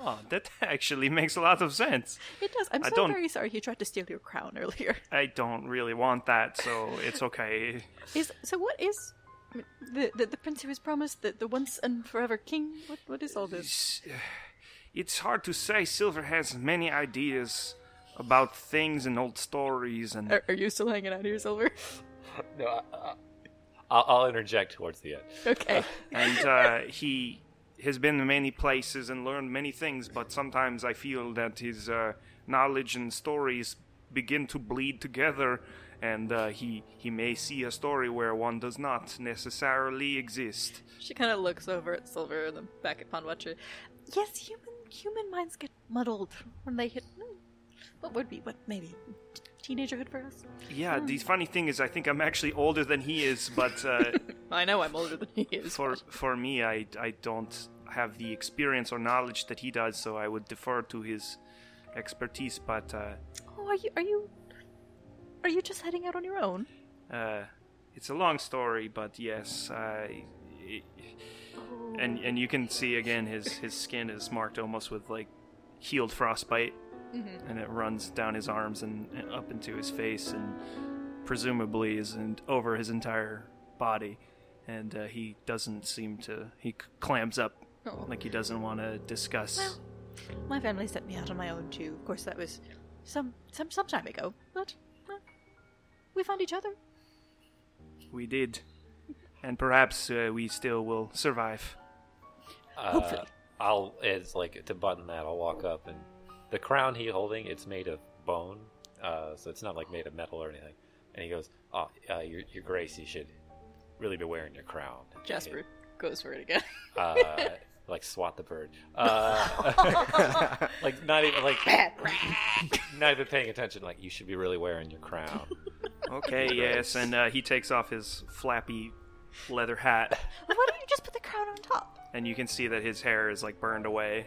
Speaker 10: oh, that actually makes a lot of sense.
Speaker 6: It does. I'm
Speaker 10: I
Speaker 6: so
Speaker 10: don't-
Speaker 6: very sorry he tried to steal your crown earlier.
Speaker 10: I don't really want that, so it's okay.
Speaker 6: <laughs>
Speaker 10: <sighs>
Speaker 6: Is so what is the the, the prince who was promised the, the once and forever king? What what is all this?
Speaker 10: It's, it's hard to say. Silver has many ideas about things and old stories, and
Speaker 6: Are, are you still hanging out here, Silver? <laughs>
Speaker 4: No, I, I, I'll, I'll interject
Speaker 1: <laughs>
Speaker 4: towards the end.
Speaker 6: Okay.
Speaker 10: and uh, he has been to many places and learned many things. But sometimes I feel that his uh, knowledge and stories begin to bleed together, and uh, he he may see a story where one does not necessarily exist.
Speaker 6: She kind of looks over at Silver and then back at Pondwatcher. Yes, human human minds get muddled when they hit. hmm, What would be what maybe t- teenagerhood for us?
Speaker 10: Yeah, the funny thing is, I think I'm actually older than he is, but. Uh,
Speaker 6: I know I'm older than <laughs> he is.
Speaker 10: for for me I, I don't have the experience or knowledge that he does so i would defer to his expertise but uh,
Speaker 6: Oh, are you are you are you just heading out on your own?
Speaker 10: uh, it's a long story but yes I, i and and you can see again his his skin is marked almost with like healed frostbite and it runs down his arms and, and up into his face and presumably is in, over his entire body and uh, he doesn't seem to he c- clams up
Speaker 6: Oh.
Speaker 10: like he doesn't want to discuss
Speaker 6: Well, My family sent me out on my own too. Of course, that was some some some time ago, but well, we found each other.
Speaker 10: We did. And perhaps uh, we still will survive.
Speaker 4: Uh,
Speaker 6: Hopefully.
Speaker 4: I'll it's like to button that. I'll walk up and the crown he holding it's made of bone, uh, so it's not like made of metal or anything. And he goes, "Oh, uh, your your grace, you should really be wearing your crown."
Speaker 7: Jasper goes for it again.
Speaker 4: uh, like swat the bird.
Speaker 8: <laughs>
Speaker 4: Uh, like not even like not even paying attention. Like you should be really wearing your crown.
Speaker 10: Okay, yes. And uh, he takes off his flappy leather hat,
Speaker 6: Why don't you just put the crown on top?
Speaker 10: and you can see that his hair is like burned away.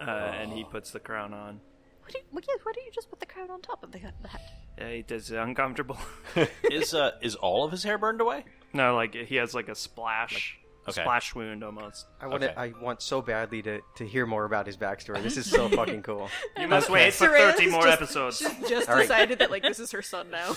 Speaker 10: Uh, and
Speaker 3: Oh.
Speaker 10: he puts the crown on.
Speaker 6: Why do you, well, yeah, why don't you just put the crown on top of the, the hat?
Speaker 10: Uh, it is uncomfortable. <laughs>
Speaker 9: is uh, is all of his hair burned away?
Speaker 10: no, like he has like a splash.
Speaker 1: Okay.
Speaker 10: splash wound almost.
Speaker 8: I want to.
Speaker 1: Okay.
Speaker 8: I want so badly to, to hear more about his backstory. This is
Speaker 3: <laughs>
Speaker 8: so fucking cool.
Speaker 10: You must wait for
Speaker 7: Serena's
Speaker 10: 30 more
Speaker 7: just-
Speaker 10: episodes.
Speaker 7: She just
Speaker 8: All right.
Speaker 7: decided that like this is her son
Speaker 3: <laughs>
Speaker 7: now.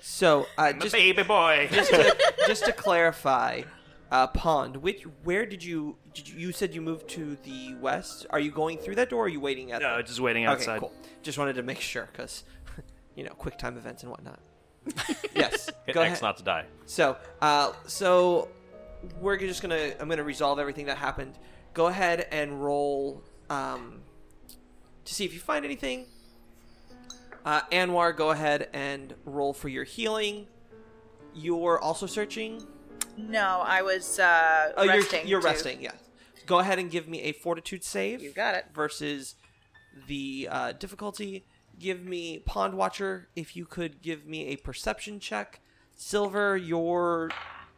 Speaker 3: So uh,
Speaker 10: I'm a
Speaker 3: just
Speaker 10: <laughs> baby boy.
Speaker 3: <laughs> just to, just to clarify, uh, pond. Which where did you, did you? You said you moved to the west. Are you going through that door? or Are you waiting at?
Speaker 10: No,
Speaker 3: the-
Speaker 10: just waiting
Speaker 3: okay,
Speaker 10: outside.
Speaker 3: cool. Just wanted to make sure because, <laughs> you know, quick time events and
Speaker 10: <laughs>
Speaker 3: whatnot. yes.
Speaker 1: Hit
Speaker 3: go
Speaker 1: X
Speaker 3: ahead.
Speaker 1: not to die.
Speaker 3: So, uh, so we're just gonna. I'm gonna resolve everything that happened. Go ahead and roll um, to see if you find anything. Uh, Anwar, go ahead and roll for your healing. You're also searching.
Speaker 5: No, I was uh,
Speaker 3: Oh,
Speaker 5: resting.
Speaker 3: you're, you're
Speaker 5: too.
Speaker 3: resting. Yeah. Go ahead and give me a fortitude save.
Speaker 5: You got it.
Speaker 3: Versus the uh, difficulty. Give me Pond Watcher. If you could give me a perception check. Silver, you're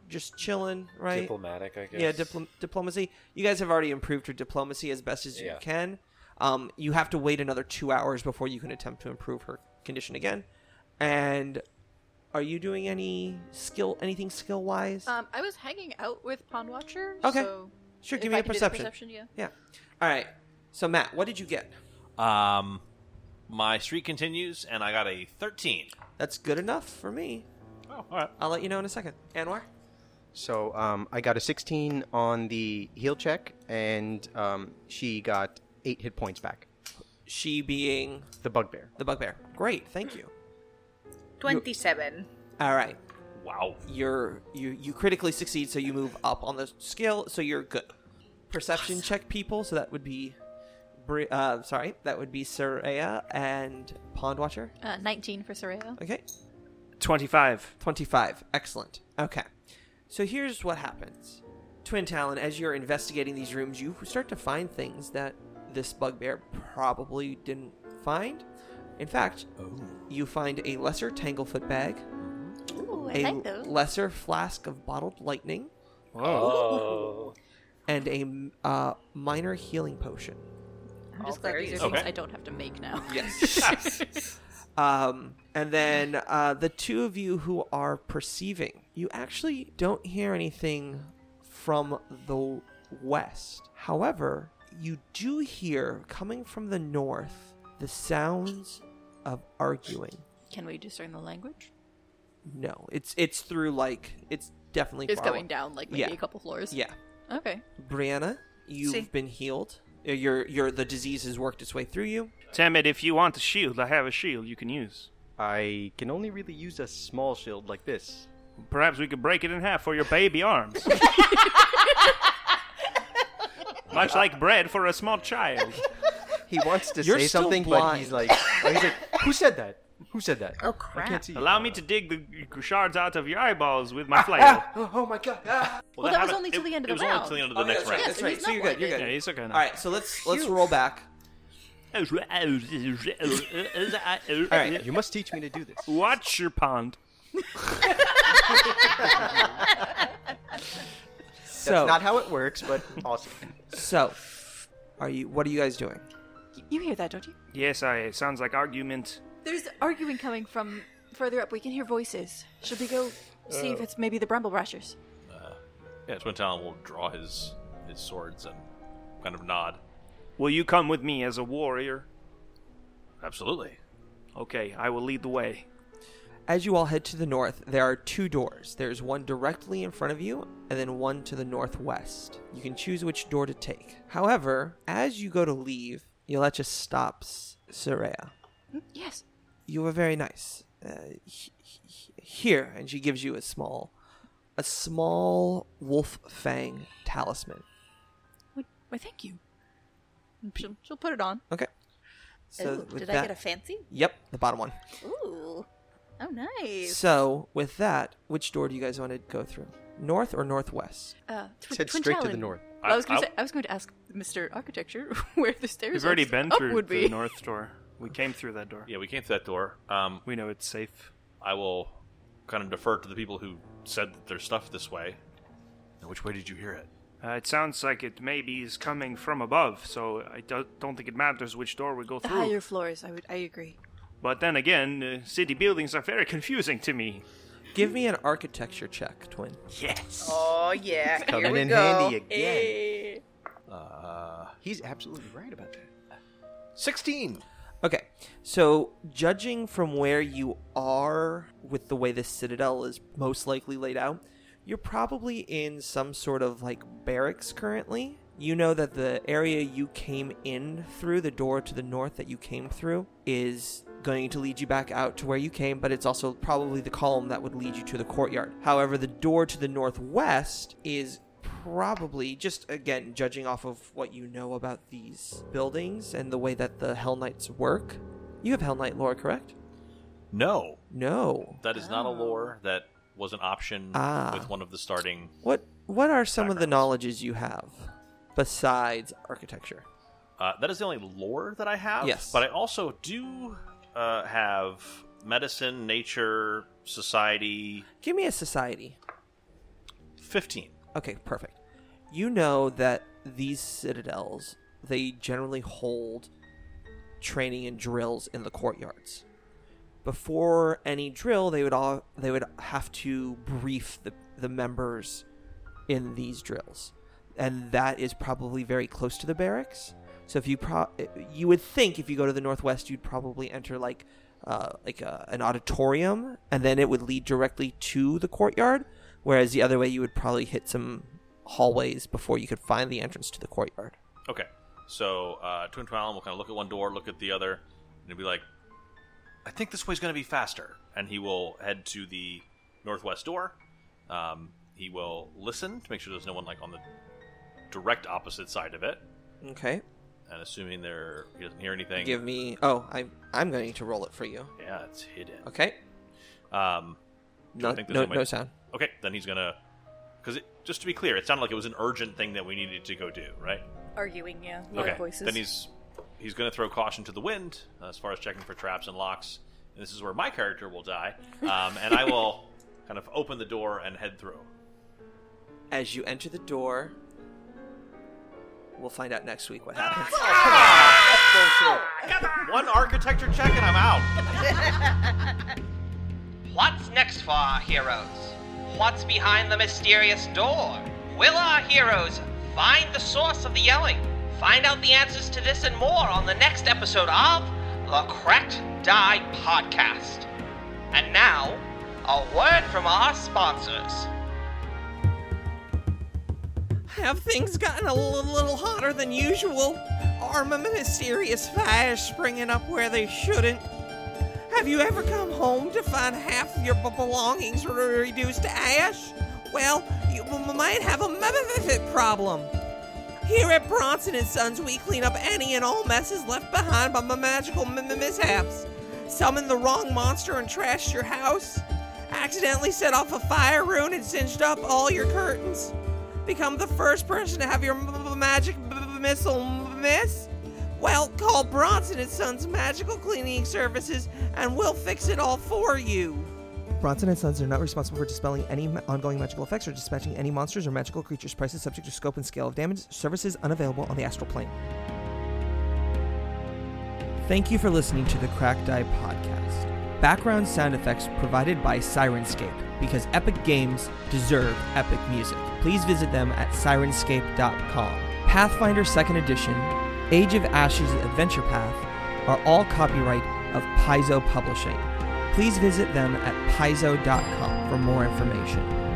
Speaker 3: just chilling, right?
Speaker 4: Diplomatic, I guess.
Speaker 3: yeah, dipl- diplomacy. You guys have already improved your diplomacy as best as you
Speaker 4: Yeah.
Speaker 3: can. Um, you have to wait another two hours before you can attempt to improve her condition again. And are you doing any skill, anything skill wise?
Speaker 5: Uh,
Speaker 6: Um, I was hanging out with Pond Watcher.
Speaker 3: Okay.
Speaker 6: So
Speaker 3: sure,
Speaker 6: if
Speaker 3: give me
Speaker 6: I
Speaker 3: a
Speaker 6: could do the
Speaker 3: perception.
Speaker 6: perception. Yeah.
Speaker 3: Yeah. All right. So Matt, what did you get?
Speaker 1: Um, my streak continues, and I got a 13.
Speaker 3: That's good enough for me.
Speaker 1: Oh, all right.
Speaker 3: I'll let you know in a second. Anwar.
Speaker 8: So um, I got a 16 on the heal check, and um, she got eight hit points back.
Speaker 3: She being
Speaker 8: The bugbear.
Speaker 3: the bugbear. Great. Thank you.
Speaker 5: 27.
Speaker 3: All right.
Speaker 1: Wow.
Speaker 3: You're you you critically succeed, so you move up on the scale, so you're good. Perception check people. So that would be, Bri- uh, sorry, that would be Saraya and Pond Watcher.
Speaker 6: Uh, 19 for Soraya.
Speaker 3: Okay.
Speaker 10: 25.
Speaker 3: 25. Excellent. Okay. So here's what happens. Twin Talon, as you're investigating these rooms, you start to find things that this bugbear probably didn't find. In fact, you find a lesser Tanglefoot bag,
Speaker 6: Ooh,
Speaker 3: a lesser flask of bottled lightning,
Speaker 4: Oh.
Speaker 3: and a uh, minor healing potion.
Speaker 6: I'm just
Speaker 5: Oh,
Speaker 6: glad
Speaker 5: there
Speaker 6: these
Speaker 5: you
Speaker 6: are
Speaker 1: go.
Speaker 6: things
Speaker 1: Okay.
Speaker 6: I don't have to make now.
Speaker 3: Yes. um, and then uh, the two of you who are perceiving, you actually don't hear anything from the west. However, you do hear coming from the north the sounds of arguing.
Speaker 6: <laughs> Can we discern the language?
Speaker 3: No, it's it's through like it's definitely
Speaker 6: It's
Speaker 3: far
Speaker 6: going
Speaker 3: away.
Speaker 6: down like maybe
Speaker 3: Yeah.
Speaker 6: a couple floors.
Speaker 3: Yeah,
Speaker 6: Okay.
Speaker 3: Brianna, you've
Speaker 5: See.
Speaker 3: been healed. Uh, Your your the disease has worked its way through you.
Speaker 10: Timid, if you want a shield, I have a shield you can use.
Speaker 8: I can only really use a small shield like this.
Speaker 10: Perhaps we could break it in half for your baby arms. Much like bread for a small child.
Speaker 8: He wants to
Speaker 3: <laughs> You're
Speaker 8: say
Speaker 3: still
Speaker 8: something, but he's like, oh,
Speaker 3: blind.
Speaker 8: he's like, who said that? Who said that?
Speaker 5: Oh, crap.
Speaker 8: I can't see. you."
Speaker 10: Allow me to dig the shards out of your eyeballs with my flail.
Speaker 8: Oh, oh my god! Ah.
Speaker 6: Well, that was only till the end of
Speaker 1: it
Speaker 6: the
Speaker 1: was
Speaker 6: round. Oh,
Speaker 1: only till the end of the next
Speaker 3: that's right.
Speaker 1: round.
Speaker 6: Yes,
Speaker 3: That's
Speaker 6: and
Speaker 3: right.
Speaker 6: he's
Speaker 3: So
Speaker 6: not
Speaker 3: you're good. You're good.
Speaker 10: Yeah, he's okay now.
Speaker 3: All right, so let's let's roll back.
Speaker 10: <laughs>
Speaker 3: right.
Speaker 8: You must teach me to do
Speaker 3: <laughs>
Speaker 8: this.
Speaker 10: Watch your pond.
Speaker 3: So
Speaker 8: Not how it works,
Speaker 3: <laughs>
Speaker 8: but awesome.
Speaker 3: So, are you? What are you guys doing?
Speaker 6: Y- You hear that, don't you?
Speaker 10: Yes, I. Sounds like argument.
Speaker 6: There's arguing coming from further up. We can hear voices. Should we go see
Speaker 3: Uh.
Speaker 6: if it's maybe the Bramble Rashers?
Speaker 1: Yeah, Twin Talon will draw his his swords and kind of nod.
Speaker 10: Will you come with me as a warrior?
Speaker 1: Absolutely.
Speaker 10: Okay, I will lead the way.
Speaker 3: As you all head to the north, there are two doors. There's one directly in front of you, and then one to the northwest. You can choose which door to take. However, as you go to leave, Yelecha stops Saraya.
Speaker 6: Hmm? Yes.
Speaker 3: You were very nice. Uh, he- he- here, and she gives you a small, a small wolf fang talisman.
Speaker 6: Well, well, thank you. She'll, she'll put it on.
Speaker 3: Okay.
Speaker 5: Ooh,
Speaker 3: with
Speaker 5: did I
Speaker 3: that-
Speaker 5: get a fancy?
Speaker 3: Yep, the bottom one.
Speaker 5: Ooh.
Speaker 6: Oh, nice.
Speaker 3: So, with that, which door do you guys want to go through? North or northwest?
Speaker 6: Uh, tw-
Speaker 8: Head
Speaker 6: Twin
Speaker 8: straight to
Speaker 6: Talon.
Speaker 8: the north.
Speaker 6: Well, I was going
Speaker 1: I-
Speaker 6: to say I was going to ask Mr. Architecture <laughs> where the stairs.
Speaker 10: We've already
Speaker 6: up-
Speaker 10: been
Speaker 6: up
Speaker 10: through
Speaker 6: would
Speaker 10: the
Speaker 6: be.
Speaker 10: north door. We came through that door.
Speaker 1: Yeah, we came through that door. Um,
Speaker 10: We know it's safe.
Speaker 1: I will kind of defer to the people who said that their stuff this way. Now, which way did you hear it?
Speaker 10: Uh, it sounds like it maybe is coming from above, so I do- don't think it matters which door we go
Speaker 6: the
Speaker 10: through.
Speaker 6: higher floors. I would. I agree.
Speaker 10: But then again, uh, city buildings are very <laughs> confusing to me.
Speaker 3: Give me an architecture check, twin.
Speaker 10: Yes.
Speaker 5: Oh yeah, here
Speaker 8: Coming
Speaker 5: we
Speaker 8: in
Speaker 5: go.
Speaker 8: handy again.
Speaker 7: Hey.
Speaker 9: Uh,
Speaker 8: He's absolutely right about that.
Speaker 9: 16.
Speaker 3: Okay, so judging from where you are with the way this citadel is most likely laid out, you're probably in some sort of like barracks currently. You know that the area you came in through, the door to the north that you came through, is going to lead you back out to where you came, but it's also probably the column that would lead you to the courtyard. However, the door to the northwest is probably just again judging off of what you know about these buildings and the way that the Hell Knights work. You have Hell Knight lore, correct?
Speaker 9: No.
Speaker 3: No.
Speaker 1: That is not a lore. That was an option
Speaker 3: Ah.
Speaker 1: with one of the starting.
Speaker 3: What what are some of the knowledges you have besides architecture?
Speaker 1: Uh, that is the only lore that I have.
Speaker 3: Yes.
Speaker 1: But I also do uh, have medicine, nature, society.
Speaker 3: Give me a society.
Speaker 1: 15.
Speaker 3: Okay, perfect. You know that these citadels, they generally hold training and drills in the courtyards. Before any drill, they would all they would have to brief the, the members in these drills. And that is probably very close to the barracks. So if you pro- you would think if you go to the northwest, you'd probably enter like uh, like a, an auditorium, and then it would lead directly to the courtyard. Whereas the other way, you would probably hit some hallways before you could find the entrance to the courtyard.
Speaker 1: Okay. So uh, Twin Talon will kind of look at one door, look at the other, and he'll be like, I think this way's going to be faster. And he will head to the northwest door. Um, he will listen to make sure there's no one like on the direct opposite side of it.
Speaker 3: Okay,
Speaker 1: And assuming there he doesn't hear anything.
Speaker 3: give me. Oh, I I'm going to roll it for you.
Speaker 1: yeah, it's hidden.
Speaker 3: Okay,
Speaker 1: Um,
Speaker 3: no
Speaker 1: I think there's
Speaker 3: no,
Speaker 1: any way-
Speaker 3: no sound.
Speaker 1: okay, then he's gonna. Because just to be clear, it sounded like it was an urgent thing that we needed to go do, right?
Speaker 6: Arguing, yeah. Loud
Speaker 1: okay.
Speaker 6: voices.
Speaker 1: Then he's he's gonna throw caution to the wind uh, as far as checking for traps and locks. And this is where my character will die, um, and I will kind of open the door and head through.
Speaker 3: As you enter the door, we'll find out next week what happens. <laughs>
Speaker 1: One architecture check and I'm out.
Speaker 2: What's next for our heroes? What's behind the mysterious door? Will our heroes find the source of the yelling? Find out the answers to this and more on the next episode of the Cracked Die Podcast. And now, a word from our sponsors.
Speaker 3: Have things gotten a little, little hotter than usual? Are my mysterious fires springing up where they shouldn't? Have you ever come home to find half of your b- belongings re- reduced to ash? Well, you m- might have a memethit problem. Here at Bronson and Sons, we clean up any and all messes left behind by my magical m- m- mishaps. Summon the wrong monster and trashed your house? Accidentally set off a fire rune and singed up all your curtains? Become the first person to have your m- m- magic b- b- missile miss? Well, call Bronson and Sons Magical Cleaning Services and we'll fix it all for you. Bronson and Sons are not responsible for dispelling any ma- ongoing magical effects or dispatching any monsters or magical creatures. Prices subject to scope and scale of damage. Services unavailable on the astral plane. Thank you for listening to the Cracked Eye Podcast. Background sound effects provided by Sirenscape because epic games deserve epic music. Please visit them at sirenscape.com. Pathfinder 2nd Edition, Age of Ashes Adventure Path are all copyright of Paizo Publishing. Please visit them at paizo.com for more information.